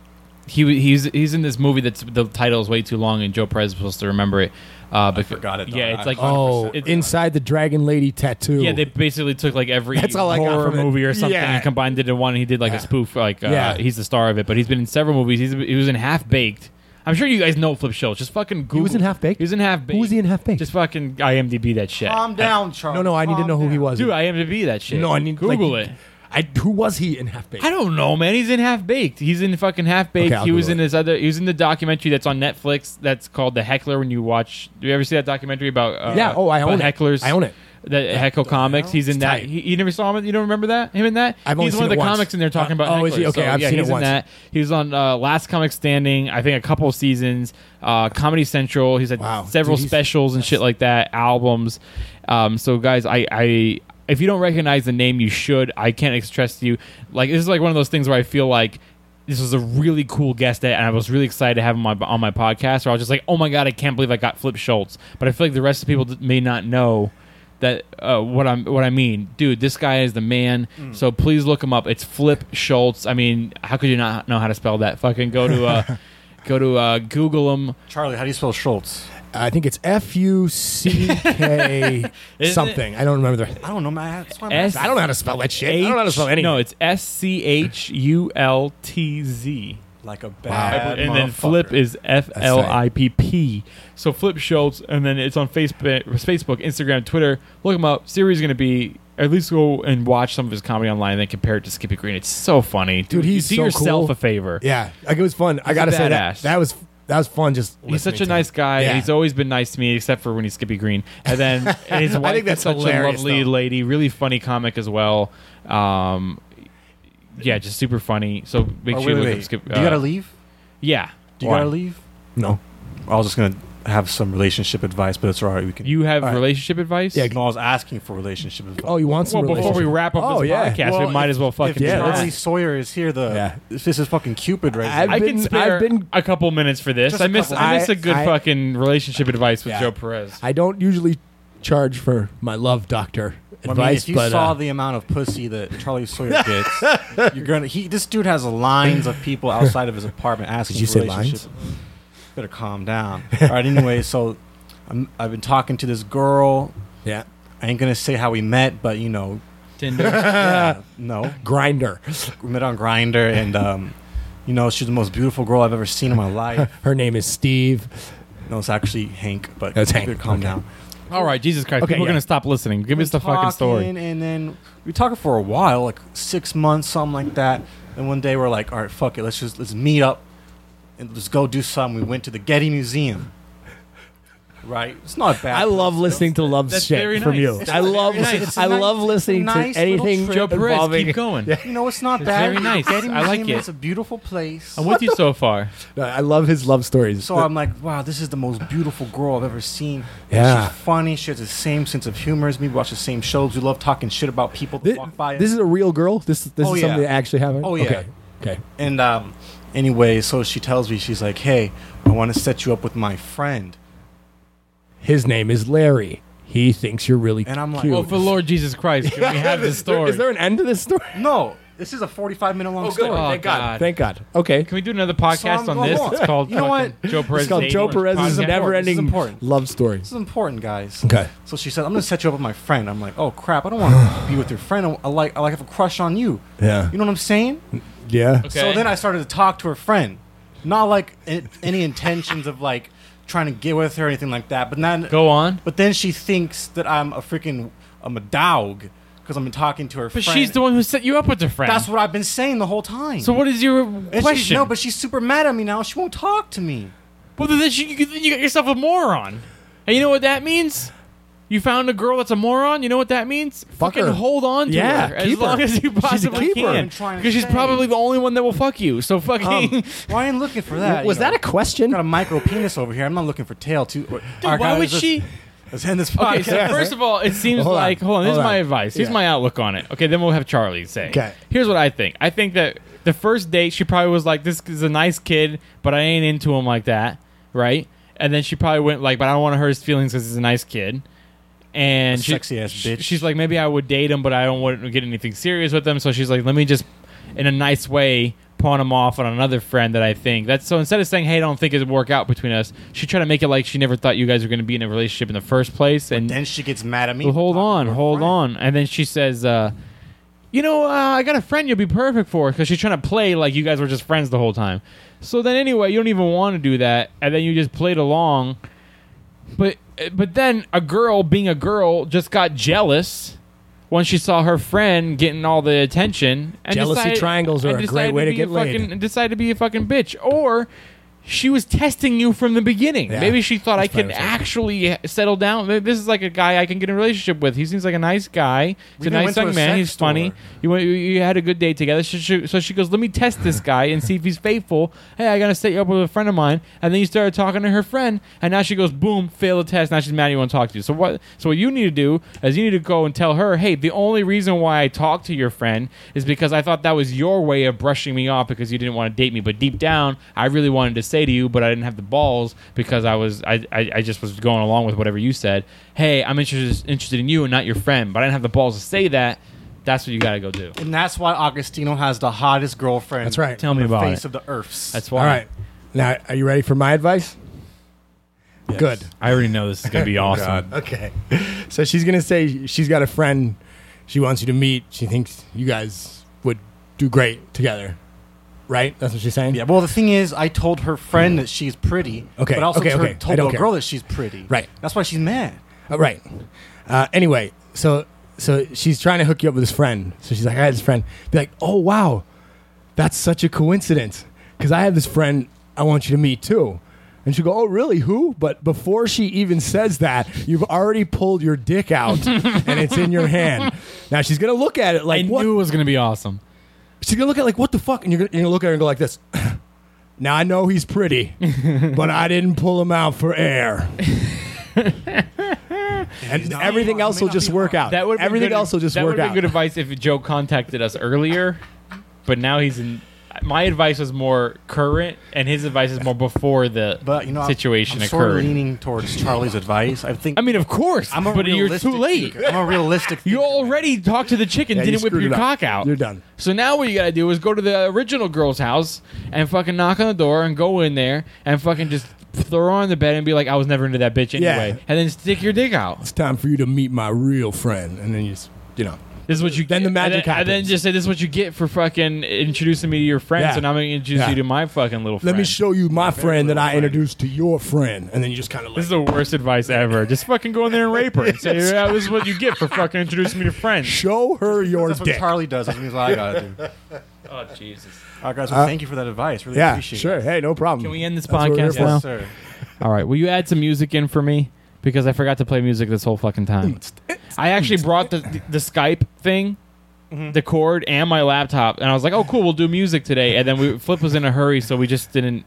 [SPEAKER 1] he w- he's he's in this movie that's the title is way too long, and Joe Perez was supposed to remember it. Uh, but
[SPEAKER 2] forgot it.
[SPEAKER 1] Yeah, it's like
[SPEAKER 4] oh,
[SPEAKER 1] it's-
[SPEAKER 4] inside the Dragon Lady tattoo.
[SPEAKER 1] yeah, they basically took like every
[SPEAKER 4] That's all I got
[SPEAKER 1] horror
[SPEAKER 4] from it.
[SPEAKER 1] movie or something
[SPEAKER 4] Yeah.
[SPEAKER 1] and combined it into one. He did like a spoof. Like uh,
[SPEAKER 4] Yeah.
[SPEAKER 1] he's the star of it, but he's been in several movies. He's, he was in Half Baked. I'm sure you guys know Flip Schultz. Just fucking Google. He was in Half Baked. He was in Half Baked. Who was he in Half Baked? Just fucking IMDb that shit.
[SPEAKER 2] Calm down, Charlie.
[SPEAKER 4] no, no, I need to know who he was.
[SPEAKER 1] Dude, IMDb that shit.
[SPEAKER 4] No, I need
[SPEAKER 1] Google
[SPEAKER 4] like,
[SPEAKER 1] it.
[SPEAKER 4] I who was he in Half Baked?
[SPEAKER 1] I don't know, man. He's in Half Baked. He's in fucking Half Baked.
[SPEAKER 4] Okay, I'll
[SPEAKER 1] he was
[SPEAKER 4] Google
[SPEAKER 1] in his other. He was in the documentary that's on Netflix that's called The Heckler. When you watch, do you ever see that documentary about? Uh,
[SPEAKER 4] Yeah, oh, I
[SPEAKER 1] about
[SPEAKER 4] own it.
[SPEAKER 1] hecklers.
[SPEAKER 4] I own it.
[SPEAKER 1] The Heckle Comics. He's in that. He, you never saw him. You don't remember that him in that.
[SPEAKER 4] I've only
[SPEAKER 1] he's one
[SPEAKER 4] seen
[SPEAKER 1] of the
[SPEAKER 4] it once.
[SPEAKER 1] comics in there talking about.
[SPEAKER 4] Oh, is he?
[SPEAKER 1] hecklers.
[SPEAKER 4] Okay,
[SPEAKER 1] So,
[SPEAKER 4] I've
[SPEAKER 1] yeah,
[SPEAKER 4] seen it
[SPEAKER 1] he's in
[SPEAKER 4] once.
[SPEAKER 1] that. He was on uh, Last Comic Standing. I think a couple of seasons. Uh, Comedy Central. He's had several
[SPEAKER 4] Dude, he's-
[SPEAKER 1] specials and shit like that. Albums. Um, so guys, I, I if you don't recognize the name, you should. I can't express to you like this is like one of those things where I feel like this was a really cool guest that, and I was really excited to have him on my, on my podcast. Where I was just like, oh my god, I can't believe I got Flip Schultz. But I feel like the rest of the people that may not know that uh, what I'm what I mean, dude. This guy is the man.
[SPEAKER 6] Mm.
[SPEAKER 1] So please look him up. It's Flip Schultz. I mean, how could you not know how to spell that? Fucking go to
[SPEAKER 4] *laughs*
[SPEAKER 1] uh, go to uh, Google him.
[SPEAKER 2] Charlie, how do you spell Schultz?
[SPEAKER 4] I think it's F U C
[SPEAKER 1] *laughs*
[SPEAKER 4] K
[SPEAKER 1] Isn't
[SPEAKER 4] *laughs* something. I don't remember. The,
[SPEAKER 2] I don't know, man. That's why I'm-
[SPEAKER 1] S-
[SPEAKER 4] I don't know how to spell that shit. I don't know how to spell anything.
[SPEAKER 1] No, it's S C H U L T Z.
[SPEAKER 2] Like a bad
[SPEAKER 1] and then Flip
[SPEAKER 2] motherfucker.
[SPEAKER 1] is F
[SPEAKER 2] That's
[SPEAKER 1] L I P P. So Flip Schultz, and then it's on Facebook, Facebook, Instagram, Twitter. Look him up. Series going to be at least go and watch some of his comedy online, and then compare it to Skippy Green. It's so funny, dude.
[SPEAKER 4] dude, he's
[SPEAKER 1] do
[SPEAKER 4] so
[SPEAKER 1] yourself
[SPEAKER 4] cool.
[SPEAKER 1] a favor.
[SPEAKER 4] Yeah, like it was fun. I
[SPEAKER 1] He's
[SPEAKER 4] gotta
[SPEAKER 1] a
[SPEAKER 4] say that
[SPEAKER 1] badass.
[SPEAKER 4] that was that was fun. Just
[SPEAKER 1] He's such a
[SPEAKER 4] listening to him.
[SPEAKER 1] nice guy.
[SPEAKER 4] Yeah.
[SPEAKER 1] and He's always been nice to me, except for when he's Skippy Green. And
[SPEAKER 2] *laughs*
[SPEAKER 1] then and his
[SPEAKER 4] I
[SPEAKER 1] wife
[SPEAKER 4] think that's
[SPEAKER 1] is such a
[SPEAKER 4] hilarious,
[SPEAKER 1] lovely lady, really funny comic as well. Um, yeah, just super funny. So make
[SPEAKER 2] Oh,
[SPEAKER 1] sure you
[SPEAKER 2] wait,
[SPEAKER 1] look
[SPEAKER 2] wait.
[SPEAKER 1] up Skip. uh,
[SPEAKER 2] Do you gotta leave?
[SPEAKER 1] Yeah.
[SPEAKER 2] Do you gotta leave?
[SPEAKER 4] No.
[SPEAKER 2] I was just gonna have some relationship advice, but it's all right. We can.
[SPEAKER 1] You have
[SPEAKER 2] All right.
[SPEAKER 1] relationship advice? Yeah.
[SPEAKER 2] No, I was asking for relationship advice.
[SPEAKER 4] Oh, you want some?
[SPEAKER 1] Well, before we
[SPEAKER 4] relationship- Oh,
[SPEAKER 1] wrap up this podcast, we might as well fucking
[SPEAKER 2] If
[SPEAKER 1] do that.
[SPEAKER 2] Charlie Sawyer is here, the if this is fucking Cupid right
[SPEAKER 1] i
[SPEAKER 2] now.
[SPEAKER 1] can spare a couple minutes for this.
[SPEAKER 2] Just
[SPEAKER 1] I
[SPEAKER 2] a
[SPEAKER 1] miss
[SPEAKER 2] couple.
[SPEAKER 1] I miss
[SPEAKER 2] I-
[SPEAKER 1] a good
[SPEAKER 2] I-
[SPEAKER 1] fucking relationship advice with
[SPEAKER 4] Yeah.
[SPEAKER 1] Joe Perez.
[SPEAKER 4] I don't usually charge for my love doctor
[SPEAKER 2] Well,
[SPEAKER 4] advice,
[SPEAKER 2] I mean, if you
[SPEAKER 4] but
[SPEAKER 2] saw
[SPEAKER 4] uh,
[SPEAKER 2] the amount of pussy that Charlie
[SPEAKER 4] *laughs*
[SPEAKER 2] Sawyer gets, you're gonna. He, this dude has lines of people outside of his apartment asking.
[SPEAKER 4] Did you
[SPEAKER 2] for
[SPEAKER 4] say
[SPEAKER 2] relationship. Better calm down. All right. Anyway, so I'm, I've been talking to this girl.
[SPEAKER 4] Yeah.
[SPEAKER 2] I ain't gonna say how we met, but you know,
[SPEAKER 1] Tinder.
[SPEAKER 2] *laughs* yeah, no,
[SPEAKER 4] Grinder.
[SPEAKER 2] We met on Grinder, and um, you know, she's the most beautiful girl I've ever seen in my life.
[SPEAKER 4] her name is Steve.
[SPEAKER 2] No, it's actually Hank, but
[SPEAKER 4] That's
[SPEAKER 2] Hank.
[SPEAKER 4] Hank,
[SPEAKER 2] calm
[SPEAKER 4] okay.
[SPEAKER 2] down.
[SPEAKER 1] All right, Jesus Christ.
[SPEAKER 2] Okay,
[SPEAKER 1] People are
[SPEAKER 2] yeah.
[SPEAKER 1] going to stop listening. Give us the fucking story.
[SPEAKER 2] talking, And then we were talking for a while, like six months, something like that. And one day we're like, all right, fuck it, let's just let's meet up and let's go do something. We went to the Getty Museum. Right, it's not bad.
[SPEAKER 4] I love listening to love
[SPEAKER 2] That's
[SPEAKER 4] shit
[SPEAKER 2] very
[SPEAKER 4] from
[SPEAKER 2] nice.
[SPEAKER 4] you.
[SPEAKER 2] It's
[SPEAKER 4] I love
[SPEAKER 2] very nice. It's a
[SPEAKER 4] I
[SPEAKER 2] nice-
[SPEAKER 4] love
[SPEAKER 2] it's a
[SPEAKER 4] listening
[SPEAKER 2] nice
[SPEAKER 4] to
[SPEAKER 2] little
[SPEAKER 4] anything
[SPEAKER 2] trip. Joe Perez, keep *laughs*
[SPEAKER 4] involving-
[SPEAKER 1] going.
[SPEAKER 4] Yeah.
[SPEAKER 2] *laughs* You know, it's not
[SPEAKER 1] It's
[SPEAKER 2] bad.
[SPEAKER 1] very nice.
[SPEAKER 2] Getty
[SPEAKER 1] I like
[SPEAKER 2] Museum
[SPEAKER 1] it.
[SPEAKER 2] is a beautiful place.
[SPEAKER 1] I'm with you so far.
[SPEAKER 4] No, I love his love stories.
[SPEAKER 2] So
[SPEAKER 4] The-
[SPEAKER 2] I'm like, wow, this is the most beautiful girl I've ever seen.
[SPEAKER 4] Yeah.
[SPEAKER 2] She's funny. She has the same sense of humor as me. We watch the same shows. We love talking shit about people that walk by.
[SPEAKER 4] this is a real girl. This this
[SPEAKER 2] Oh,
[SPEAKER 4] is something
[SPEAKER 2] yeah.
[SPEAKER 4] that actually happened.
[SPEAKER 2] Oh, yeah.
[SPEAKER 4] Okay. Okay.
[SPEAKER 2] And um, anyway, so she tells me, she's like, hey, I want to set you up with my friend.
[SPEAKER 4] His name is Larry. He thinks you're really
[SPEAKER 2] And I'm like, oh,
[SPEAKER 4] cute.
[SPEAKER 2] *laughs* Well,
[SPEAKER 1] For Lord Jesus Christ, *laughs* can we have this
[SPEAKER 4] Is there-
[SPEAKER 1] story?
[SPEAKER 4] Is there an end to this story?
[SPEAKER 2] No, this is a 45 minute
[SPEAKER 1] Oh,
[SPEAKER 2] long story.
[SPEAKER 4] *laughs* Thank God. Okay.
[SPEAKER 1] Can we do another podcast
[SPEAKER 2] So I'm
[SPEAKER 1] on this?
[SPEAKER 2] going.
[SPEAKER 1] It's called
[SPEAKER 2] You know
[SPEAKER 1] fucking
[SPEAKER 2] what?
[SPEAKER 1] Joe
[SPEAKER 2] It's
[SPEAKER 1] Perez.
[SPEAKER 4] It's called Joe Perez's
[SPEAKER 2] This is
[SPEAKER 4] never-ending
[SPEAKER 2] important.
[SPEAKER 4] love story.
[SPEAKER 2] This is important, guys.
[SPEAKER 4] Okay.
[SPEAKER 2] So she said, I'm going to set you up with my friend. I'm like, oh, crap. I don't want
[SPEAKER 4] *sighs*
[SPEAKER 2] to be with your friend. I- I like, I like have a crush on you.
[SPEAKER 4] Yeah.
[SPEAKER 2] You know what I'm saying?
[SPEAKER 4] Yeah.
[SPEAKER 2] So then I started to talk to her friend, not like in, any intentions of like trying to get with her or anything like that. But then
[SPEAKER 1] Go on.
[SPEAKER 2] But then she thinks that I'm a freaking I'm a dog because I'm talking to her.
[SPEAKER 1] But
[SPEAKER 2] friend.
[SPEAKER 1] she's the one who set you up with the friend.
[SPEAKER 2] That's what I've been saying the whole time.
[SPEAKER 1] so what is your
[SPEAKER 2] And she's,
[SPEAKER 1] question?
[SPEAKER 2] no, but she's super mad at me now. She won't talk to me.
[SPEAKER 1] Well, then you, you, then you got yourself a moron. And you know what that means? You found a girl that's a moron. You know what that means? Fucking
[SPEAKER 4] her.
[SPEAKER 1] hold on to
[SPEAKER 4] Yeah,
[SPEAKER 1] her as
[SPEAKER 4] keep her.
[SPEAKER 1] long as you
[SPEAKER 4] She's a
[SPEAKER 1] possibly
[SPEAKER 4] keeper.
[SPEAKER 1] can,
[SPEAKER 4] I'm
[SPEAKER 2] trying to
[SPEAKER 1] because she's
[SPEAKER 2] say.
[SPEAKER 1] probably the only one that will fuck you. So fucking. *laughs*
[SPEAKER 2] Um, well, I ain't looking for that.
[SPEAKER 4] Was that a question?
[SPEAKER 2] Got a micro penis over here. I'm not looking for tail too. Dude,
[SPEAKER 1] why would she-
[SPEAKER 2] Let's end this podcast.
[SPEAKER 1] Okay, so first of all, it seems
[SPEAKER 2] Hold on.
[SPEAKER 1] like hold on. This
[SPEAKER 2] Hold
[SPEAKER 1] is my
[SPEAKER 2] on.
[SPEAKER 1] advice. Here's
[SPEAKER 2] Yeah.
[SPEAKER 1] my outlook on it. Okay, then we'll have Charlie say.
[SPEAKER 2] Okay.
[SPEAKER 1] Here's what I think. I think that the first date she probably was like, "This is a nice kid, but I ain't into him like that," right? And then she probably went like, "But I don't want to hurt his feelings because he's a nice kid." And she,
[SPEAKER 2] Sexy ass bitch.
[SPEAKER 1] She's like, maybe I would date him, but I don't want to get anything serious with him. So she's like, let me just, in a nice way, pawn him off on another friend that I think. That's so instead of saying, hey, I don't think it would work out between us, she tried to make it like she never thought you guys were going to be in a relationship in the first place. And
[SPEAKER 2] *laughs* then she gets mad at me.
[SPEAKER 1] well, hold on, hold on, and then she says, uh, "You know, uh, I got a friend you'll be perfect for," because she's trying to play like you guys were just friends the whole time. So then, anyway, you don't even want to do that, and then you just played along. But but then a girl, being a girl, just got jealous when she saw her friend getting all the attention. And
[SPEAKER 4] Jealousy
[SPEAKER 1] decided-
[SPEAKER 4] triangles are
[SPEAKER 1] and
[SPEAKER 4] a great
[SPEAKER 1] decided
[SPEAKER 4] way to
[SPEAKER 1] be
[SPEAKER 4] get
[SPEAKER 1] a
[SPEAKER 4] laid.
[SPEAKER 1] fucking, Decided to be a fucking bitch, or she was testing you from the beginning.
[SPEAKER 6] Yeah.
[SPEAKER 1] Maybe she thought
[SPEAKER 6] That's
[SPEAKER 1] I could
[SPEAKER 6] probably what's
[SPEAKER 1] actually settle down. Maybe This is like a guy I can get in a relationship with. He seems like a nice guy. He's
[SPEAKER 2] We
[SPEAKER 1] a
[SPEAKER 2] even went
[SPEAKER 1] nice
[SPEAKER 2] to
[SPEAKER 1] young
[SPEAKER 2] a
[SPEAKER 1] man.
[SPEAKER 2] sex
[SPEAKER 1] He's funny. You, went- you you had a good day together. So she, so she goes, "Let me test this guy and see if he's faithful." Hey, I gotta set you up with a friend of mine. And then you started talking to her friend, and now she goes, "Boom, fail the test." Now she's mad. You want to talk to you. So what? So what you need to do is you need to go and tell her, "Hey, the only reason why I talked to your friend is because I thought that was your way of brushing me off because you didn't want to date me. But deep down, I really wanted to say to you, but I didn't have the balls because I was I, I, I just was going along with whatever you said. Hey, I'm interested interested in you and not your friend, but I didn't have the balls to say that. That's what you got to go do.
[SPEAKER 2] And that's why Agostino has the hottest girlfriend.
[SPEAKER 1] That's right. Tell me
[SPEAKER 2] on the
[SPEAKER 1] about
[SPEAKER 2] face
[SPEAKER 1] it.
[SPEAKER 2] of the earths.
[SPEAKER 1] That's
[SPEAKER 4] All right. Now, are you ready for my advice? Good.
[SPEAKER 6] I already know this is
[SPEAKER 2] *laughs*
[SPEAKER 6] going to be
[SPEAKER 4] Oh,
[SPEAKER 6] awesome.
[SPEAKER 4] God. Okay. *laughs* So she's going to say she's got a friend she wants you to meet. She thinks you guys would do great together. Right? That's what she's saying?
[SPEAKER 2] Yeah. Well, the thing is, I told her friend
[SPEAKER 1] Mm.
[SPEAKER 2] that she's pretty.
[SPEAKER 4] Okay,
[SPEAKER 2] But I also
[SPEAKER 4] okay,
[SPEAKER 2] told-
[SPEAKER 4] okay. I
[SPEAKER 2] told
[SPEAKER 4] don't
[SPEAKER 2] the
[SPEAKER 4] care.
[SPEAKER 2] girl that she's pretty.
[SPEAKER 4] Right.
[SPEAKER 2] That's why she's mad.
[SPEAKER 4] Uh, right. Uh, anyway, so so she's trying to hook you up with this friend. So she's like, I had this friend. Be like, oh wow, that's such a coincidence because I have this friend I want you to meet too. And she'll go, oh really? Who? But before she even says that, you've already pulled your dick out and it's in your hand. Now she's gonna look at it like, what?
[SPEAKER 1] knew it was gonna be awesome.
[SPEAKER 4] She's gonna look at it like, what the fuck? And you're gonna, you're gonna look at her and go like this. *laughs* Now I know he's *laughs* pretty, but I didn't pull him out for air. *laughs* and everything else will just work out.
[SPEAKER 1] That would
[SPEAKER 4] everything else will just
[SPEAKER 1] that
[SPEAKER 4] work
[SPEAKER 1] would've been
[SPEAKER 4] out.
[SPEAKER 1] good advice if Joe contacted us earlier, but now he's in. My advice was more current, and his advice is more before the
[SPEAKER 2] But you know, I'm-
[SPEAKER 1] situation
[SPEAKER 2] I'm, sort of
[SPEAKER 1] occurred.
[SPEAKER 2] leaning towards Charlie's advice. I think.
[SPEAKER 1] I mean, of course,
[SPEAKER 2] I'm a
[SPEAKER 1] but you're
[SPEAKER 2] realistic
[SPEAKER 1] too late.
[SPEAKER 2] thinker. I'm a realistic.
[SPEAKER 1] *laughs* You already talked to the chicken,
[SPEAKER 2] Yeah, you
[SPEAKER 1] didn't whip
[SPEAKER 2] screwed
[SPEAKER 1] your
[SPEAKER 2] it up.
[SPEAKER 1] cock out.
[SPEAKER 2] You're
[SPEAKER 4] done.
[SPEAKER 1] So now what you gotta do is go to the original girl's house and fucking knock on the door and go in there and fucking just throw her on the bed and be like, I was never into that bitch
[SPEAKER 4] Yeah.
[SPEAKER 1] anyway, and then stick your dick out.
[SPEAKER 4] It's time for you to meet my real friend, and then you, just, you know,
[SPEAKER 1] This is what you
[SPEAKER 4] then the
[SPEAKER 1] And
[SPEAKER 4] magic
[SPEAKER 1] then, and
[SPEAKER 4] happens.
[SPEAKER 1] then just say this is what you get for fucking introducing me to your friends,
[SPEAKER 4] Yeah.
[SPEAKER 1] and I'm gonna introduce
[SPEAKER 4] Yeah.
[SPEAKER 1] you to my fucking little
[SPEAKER 4] Let
[SPEAKER 1] friend.
[SPEAKER 4] me show you my friend that I introduced to your friend, and then you just kind of.
[SPEAKER 1] this is the worst advice ever. Just fucking go in there and rape
[SPEAKER 4] *laughs*
[SPEAKER 1] her and say,
[SPEAKER 4] Yes.
[SPEAKER 1] yeah, this is what you get for fucking introducing me to friends.
[SPEAKER 4] Show her your
[SPEAKER 2] That's what
[SPEAKER 4] dick.
[SPEAKER 2] Charlie does. That's what I gotta do.
[SPEAKER 1] *laughs* Oh Jesus!
[SPEAKER 2] All right, guys. Well,
[SPEAKER 4] Uh,
[SPEAKER 2] thank you for that advice. Really
[SPEAKER 4] yeah,
[SPEAKER 2] appreciate
[SPEAKER 4] sure.
[SPEAKER 2] it.
[SPEAKER 4] Hey, no problem.
[SPEAKER 1] Can we end this
[SPEAKER 4] That's what we're here
[SPEAKER 1] podcast
[SPEAKER 4] for.
[SPEAKER 1] now?
[SPEAKER 2] Yes, sir.
[SPEAKER 1] All right. Will you add some music in for me? Because I forgot to play music this whole fucking time. I actually brought the the Skype thing,
[SPEAKER 4] Mm-hmm.
[SPEAKER 1] the cord, and my laptop, and I was like, "Oh, cool, we'll do music today." And then we Flip was in a hurry, so we just didn't.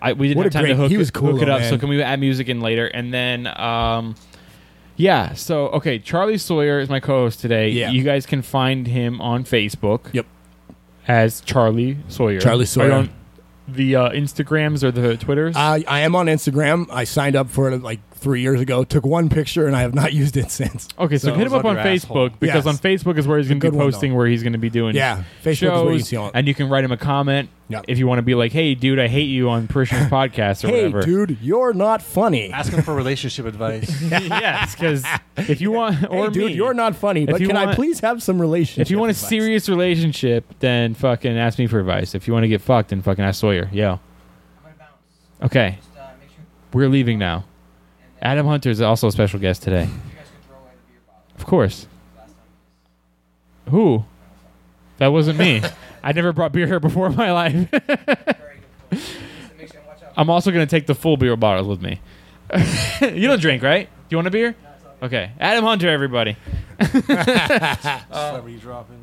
[SPEAKER 1] I, we didn't
[SPEAKER 4] What
[SPEAKER 1] have
[SPEAKER 4] a
[SPEAKER 1] time to
[SPEAKER 4] great-
[SPEAKER 1] hook,
[SPEAKER 4] he was
[SPEAKER 1] it-
[SPEAKER 4] cool
[SPEAKER 1] hook it
[SPEAKER 4] though,
[SPEAKER 1] up. So
[SPEAKER 4] man.
[SPEAKER 1] can we add music in later? And then, um, yeah. So okay, Charlie Sawyer is my co-host today.
[SPEAKER 4] Yeah.
[SPEAKER 1] You guys can find him on Facebook.
[SPEAKER 4] Yep.
[SPEAKER 1] As Charlie Sawyer. Are
[SPEAKER 4] Charlie
[SPEAKER 1] you
[SPEAKER 4] Sawyer.
[SPEAKER 1] on the uh, Instagrams or the Twitters.
[SPEAKER 4] I, I am on Instagram. I signed up for it like three years ago. Took one picture, and I have not *laughs* used it since.
[SPEAKER 1] Okay, so,
[SPEAKER 4] So
[SPEAKER 1] hit him
[SPEAKER 4] it was
[SPEAKER 1] up on
[SPEAKER 4] on your
[SPEAKER 1] Facebook
[SPEAKER 4] asshole.
[SPEAKER 1] because
[SPEAKER 4] Yes.
[SPEAKER 1] on Facebook is where he's going to
[SPEAKER 4] good
[SPEAKER 1] be
[SPEAKER 4] one,
[SPEAKER 1] posting where he's going to be doing
[SPEAKER 4] Yeah, Facebook is
[SPEAKER 1] shows,
[SPEAKER 4] where you see all-
[SPEAKER 1] and you can write him a comment if you want to be like, "Hey, dude, I hate you on
[SPEAKER 4] *laughs*
[SPEAKER 1] Parishioners podcast or
[SPEAKER 4] Hey,
[SPEAKER 1] whatever."
[SPEAKER 4] dude, you're not funny.
[SPEAKER 2] Ask him for relationship
[SPEAKER 4] *laughs*
[SPEAKER 1] *laughs*
[SPEAKER 2] advice.
[SPEAKER 1] yes, because if you want, or
[SPEAKER 4] hey, dude,
[SPEAKER 1] me,
[SPEAKER 4] you're not funny.
[SPEAKER 1] If
[SPEAKER 4] But
[SPEAKER 1] you
[SPEAKER 4] can I
[SPEAKER 1] want-
[SPEAKER 4] please have some relationship?
[SPEAKER 1] if you want a
[SPEAKER 4] advice?
[SPEAKER 1] serious relationship, then fucking ask me for advice. If you want to get fucked, then fucking ask Sawyer. Yo. Okay. We're leaving now. Adam Hunter is also a special guest today. Of course. Who? That wasn't me. I never brought beer here before in my life. I'm also going to take the full beer bottles with me. *laughs* you don't drink, right? Do you want a beer? Okay. Adam Hunter,
[SPEAKER 4] *laughs*
[SPEAKER 1] everybody. Uh,
[SPEAKER 2] Celebrity dropping.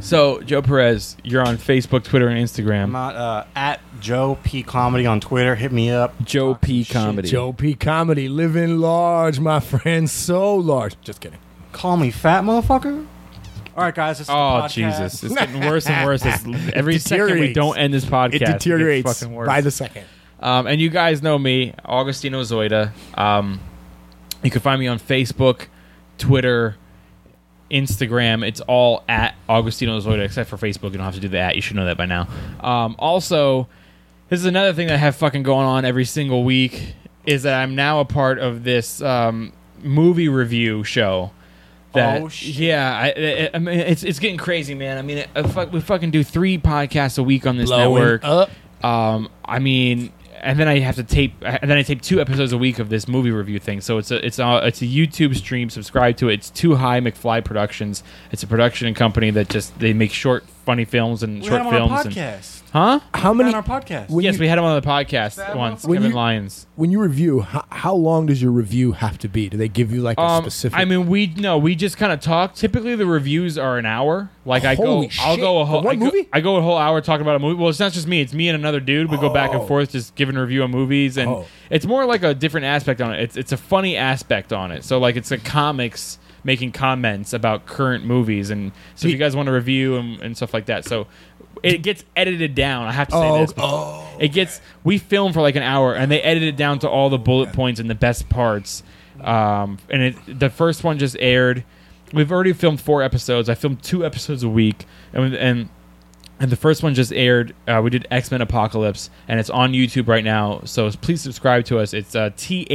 [SPEAKER 1] So, Joe Perez, you're on Facebook, Twitter, and
[SPEAKER 2] I'm
[SPEAKER 1] Instagram.
[SPEAKER 2] not uh, at Joe P Comedy on Twitter. Hit me up.
[SPEAKER 1] Joe P Comedy.
[SPEAKER 4] Joe P. Comedy, living large, my friend, so large. Just kidding.
[SPEAKER 2] Call me fat motherfucker. All right, guys. This is the
[SPEAKER 1] Oh
[SPEAKER 2] podcast.
[SPEAKER 1] Jesus! It's getting worse and worse.
[SPEAKER 4] *laughs*
[SPEAKER 1] It's, every
[SPEAKER 4] It
[SPEAKER 1] second we
[SPEAKER 4] deteriorates.
[SPEAKER 1] don't end this podcast,
[SPEAKER 4] It
[SPEAKER 1] gets
[SPEAKER 4] deteriorates
[SPEAKER 1] fucking worse.
[SPEAKER 4] by the second.
[SPEAKER 1] Um, and you guys know me, Augustino Zoida. Um, you can find me on Facebook, Twitter, Instagram. It's all at Augustino Zoida, except for Facebook. You don't have to do the at. You should know that by now. Um, also, this is another thing that I have fucking going on every single week is that I'm now a part of this um, movie review show. That,
[SPEAKER 2] Oh, shit.
[SPEAKER 1] Yeah, I, I, I mean, it's it's getting crazy, man. I mean, I fuck, we fucking do three podcasts a week on this
[SPEAKER 4] Blowing
[SPEAKER 1] network.
[SPEAKER 4] up.
[SPEAKER 1] Um, I mean, and then I have to tape, and then I tape two episodes a week of this movie review thing. So it's a it's a it's a YouTube stream. Subscribe to it. It's Too High McFly Productions. It's a production company that just they make short, funny films and
[SPEAKER 2] We
[SPEAKER 1] short
[SPEAKER 2] had him
[SPEAKER 1] films.
[SPEAKER 2] on our
[SPEAKER 1] and-
[SPEAKER 2] podcast.
[SPEAKER 1] huh?
[SPEAKER 4] How
[SPEAKER 2] many- on our podcast.
[SPEAKER 4] when
[SPEAKER 1] yes,
[SPEAKER 4] you-
[SPEAKER 1] we had him on the podcast once.
[SPEAKER 4] When
[SPEAKER 1] Kevin
[SPEAKER 4] you-
[SPEAKER 1] Lyons.
[SPEAKER 4] When you review, how, how long does your review have to be? Do they give you like a
[SPEAKER 1] Um,
[SPEAKER 4] specific?
[SPEAKER 1] I mean, we no, we just kind of talk. Typically, the reviews are an hour. Like I go,
[SPEAKER 4] Holy
[SPEAKER 1] I'll
[SPEAKER 4] shit.
[SPEAKER 1] go a whole
[SPEAKER 4] For one
[SPEAKER 1] I go,
[SPEAKER 4] movie?
[SPEAKER 1] I go a whole hour talking about a movie. Well, it's not just me; it's me and another dude. We go back and forth, just giving a review on movies, and
[SPEAKER 4] Oh.
[SPEAKER 1] it's more like a different aspect on it. It's it's a funny aspect on it. So like, it's a comics making comments about current movies, and so if you guys want to review and, and stuff like that, so. It gets edited down. I have to say
[SPEAKER 4] Oh,
[SPEAKER 1] this. it gets. We film for like an hour, and they edit it down to all the bullet points and the best parts. Um, and it, the first one just aired. We've already filmed four episodes. I filmed two episodes a week, and and and the first one just aired. Uh, we did X Men Apocalypse, and it's on YouTube right now. So please subscribe to us. It's uh,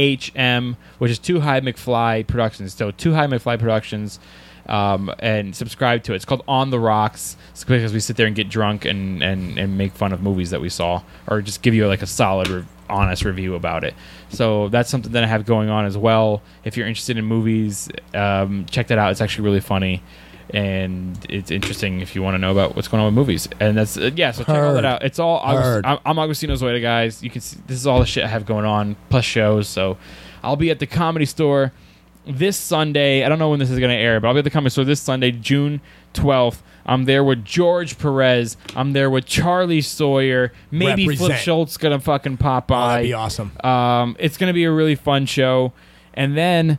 [SPEAKER 1] THM, which is Too High McFly Productions. So Too High McFly Productions, um, and subscribe to it. It's called On the Rocks. It's because we sit there and get drunk and, and, and make fun of movies that we saw, or just give you like a solid, re- honest review about it. So that's something that I have going on as well. If you're interested in movies, um, check that out. It's actually really funny and it's interesting if you want to know about what's going on with movies. And that's uh, yeah, so check all
[SPEAKER 4] Heard.
[SPEAKER 1] that out. It's all August,
[SPEAKER 4] Heard.
[SPEAKER 1] I'm, I'm Agostino Zoida, guys. You can see this is all the shit I have going on plus shows. So I'll be at the Comedy Store this Sunday. I don't know when this is going to air, but I'll be at the Comedy Store this Sunday, June 12th. I'm there with George Perez. I'm there with Charlie Sawyer. Maybe Flip
[SPEAKER 4] Represent.
[SPEAKER 1] Schultz gonna fucking pop by.
[SPEAKER 4] that'd be awesome.
[SPEAKER 1] Um, it's gonna be a really fun show, and then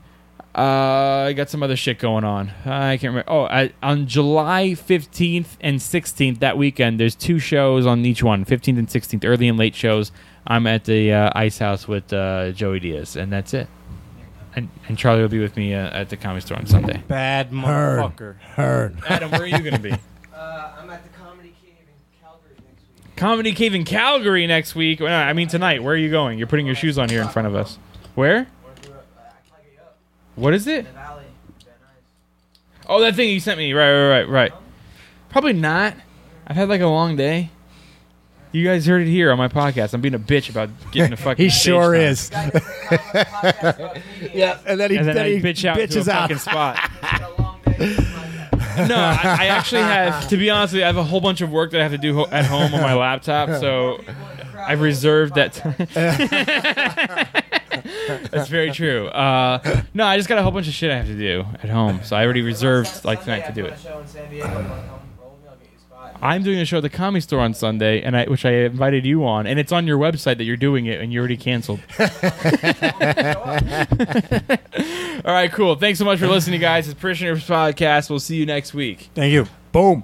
[SPEAKER 1] uh, I got some other shit going on. I can't remember. Oh, I, on July fifteenth and sixteenth that weekend, there's two shows on each one. Fifteenth and sixteenth, early and late shows. I'm at the uh, Ice House with uh, Joey Diaz, and that's it. And, and Charlie will be with me uh, at the Comedy Store on Sunday.
[SPEAKER 2] Bad motherfucker.
[SPEAKER 4] Heard.
[SPEAKER 1] Adam, where are you
[SPEAKER 4] *laughs*
[SPEAKER 1] gonna be? Uh, I'm at the Comedy Cave in Calgary next week. Comedy Cave in Calgary next week. Well, I mean tonight. Where are you going? You're putting your shoes on here in front of us. Where? What is it? Oh, that thing you sent me. Right, right, right, right. Probably not. I've had like a long day. You guys heard it here on my podcast. I'm being a bitch about getting
[SPEAKER 4] *laughs*
[SPEAKER 1] a fucking.
[SPEAKER 4] *laughs* he
[SPEAKER 1] stage
[SPEAKER 4] sure
[SPEAKER 1] time.
[SPEAKER 4] is. *laughs* yeah, and then he,
[SPEAKER 1] And then
[SPEAKER 4] then
[SPEAKER 1] I
[SPEAKER 4] he
[SPEAKER 1] bitch out
[SPEAKER 4] bitches
[SPEAKER 1] to a
[SPEAKER 4] out.
[SPEAKER 1] fucking
[SPEAKER 4] *laughs*
[SPEAKER 1] spot. no, I, I actually have. To be honest with you, I have a whole bunch of work that I have to do ho- at home on my laptop, so I've reserved that. time. *laughs* That's very true. Uh, no, I just got a whole bunch of shit I have to do at home, so I already reserved like tonight to do it. I'm doing a show at the Comedy Store on Sunday, and I, which I invited you on, and it's on your website that you're doing it, and you already canceled. All right, cool. Thanks so much for listening, guys. It's Parishioners Podcast. We'll see you next week.
[SPEAKER 2] Thank you.
[SPEAKER 4] Boom.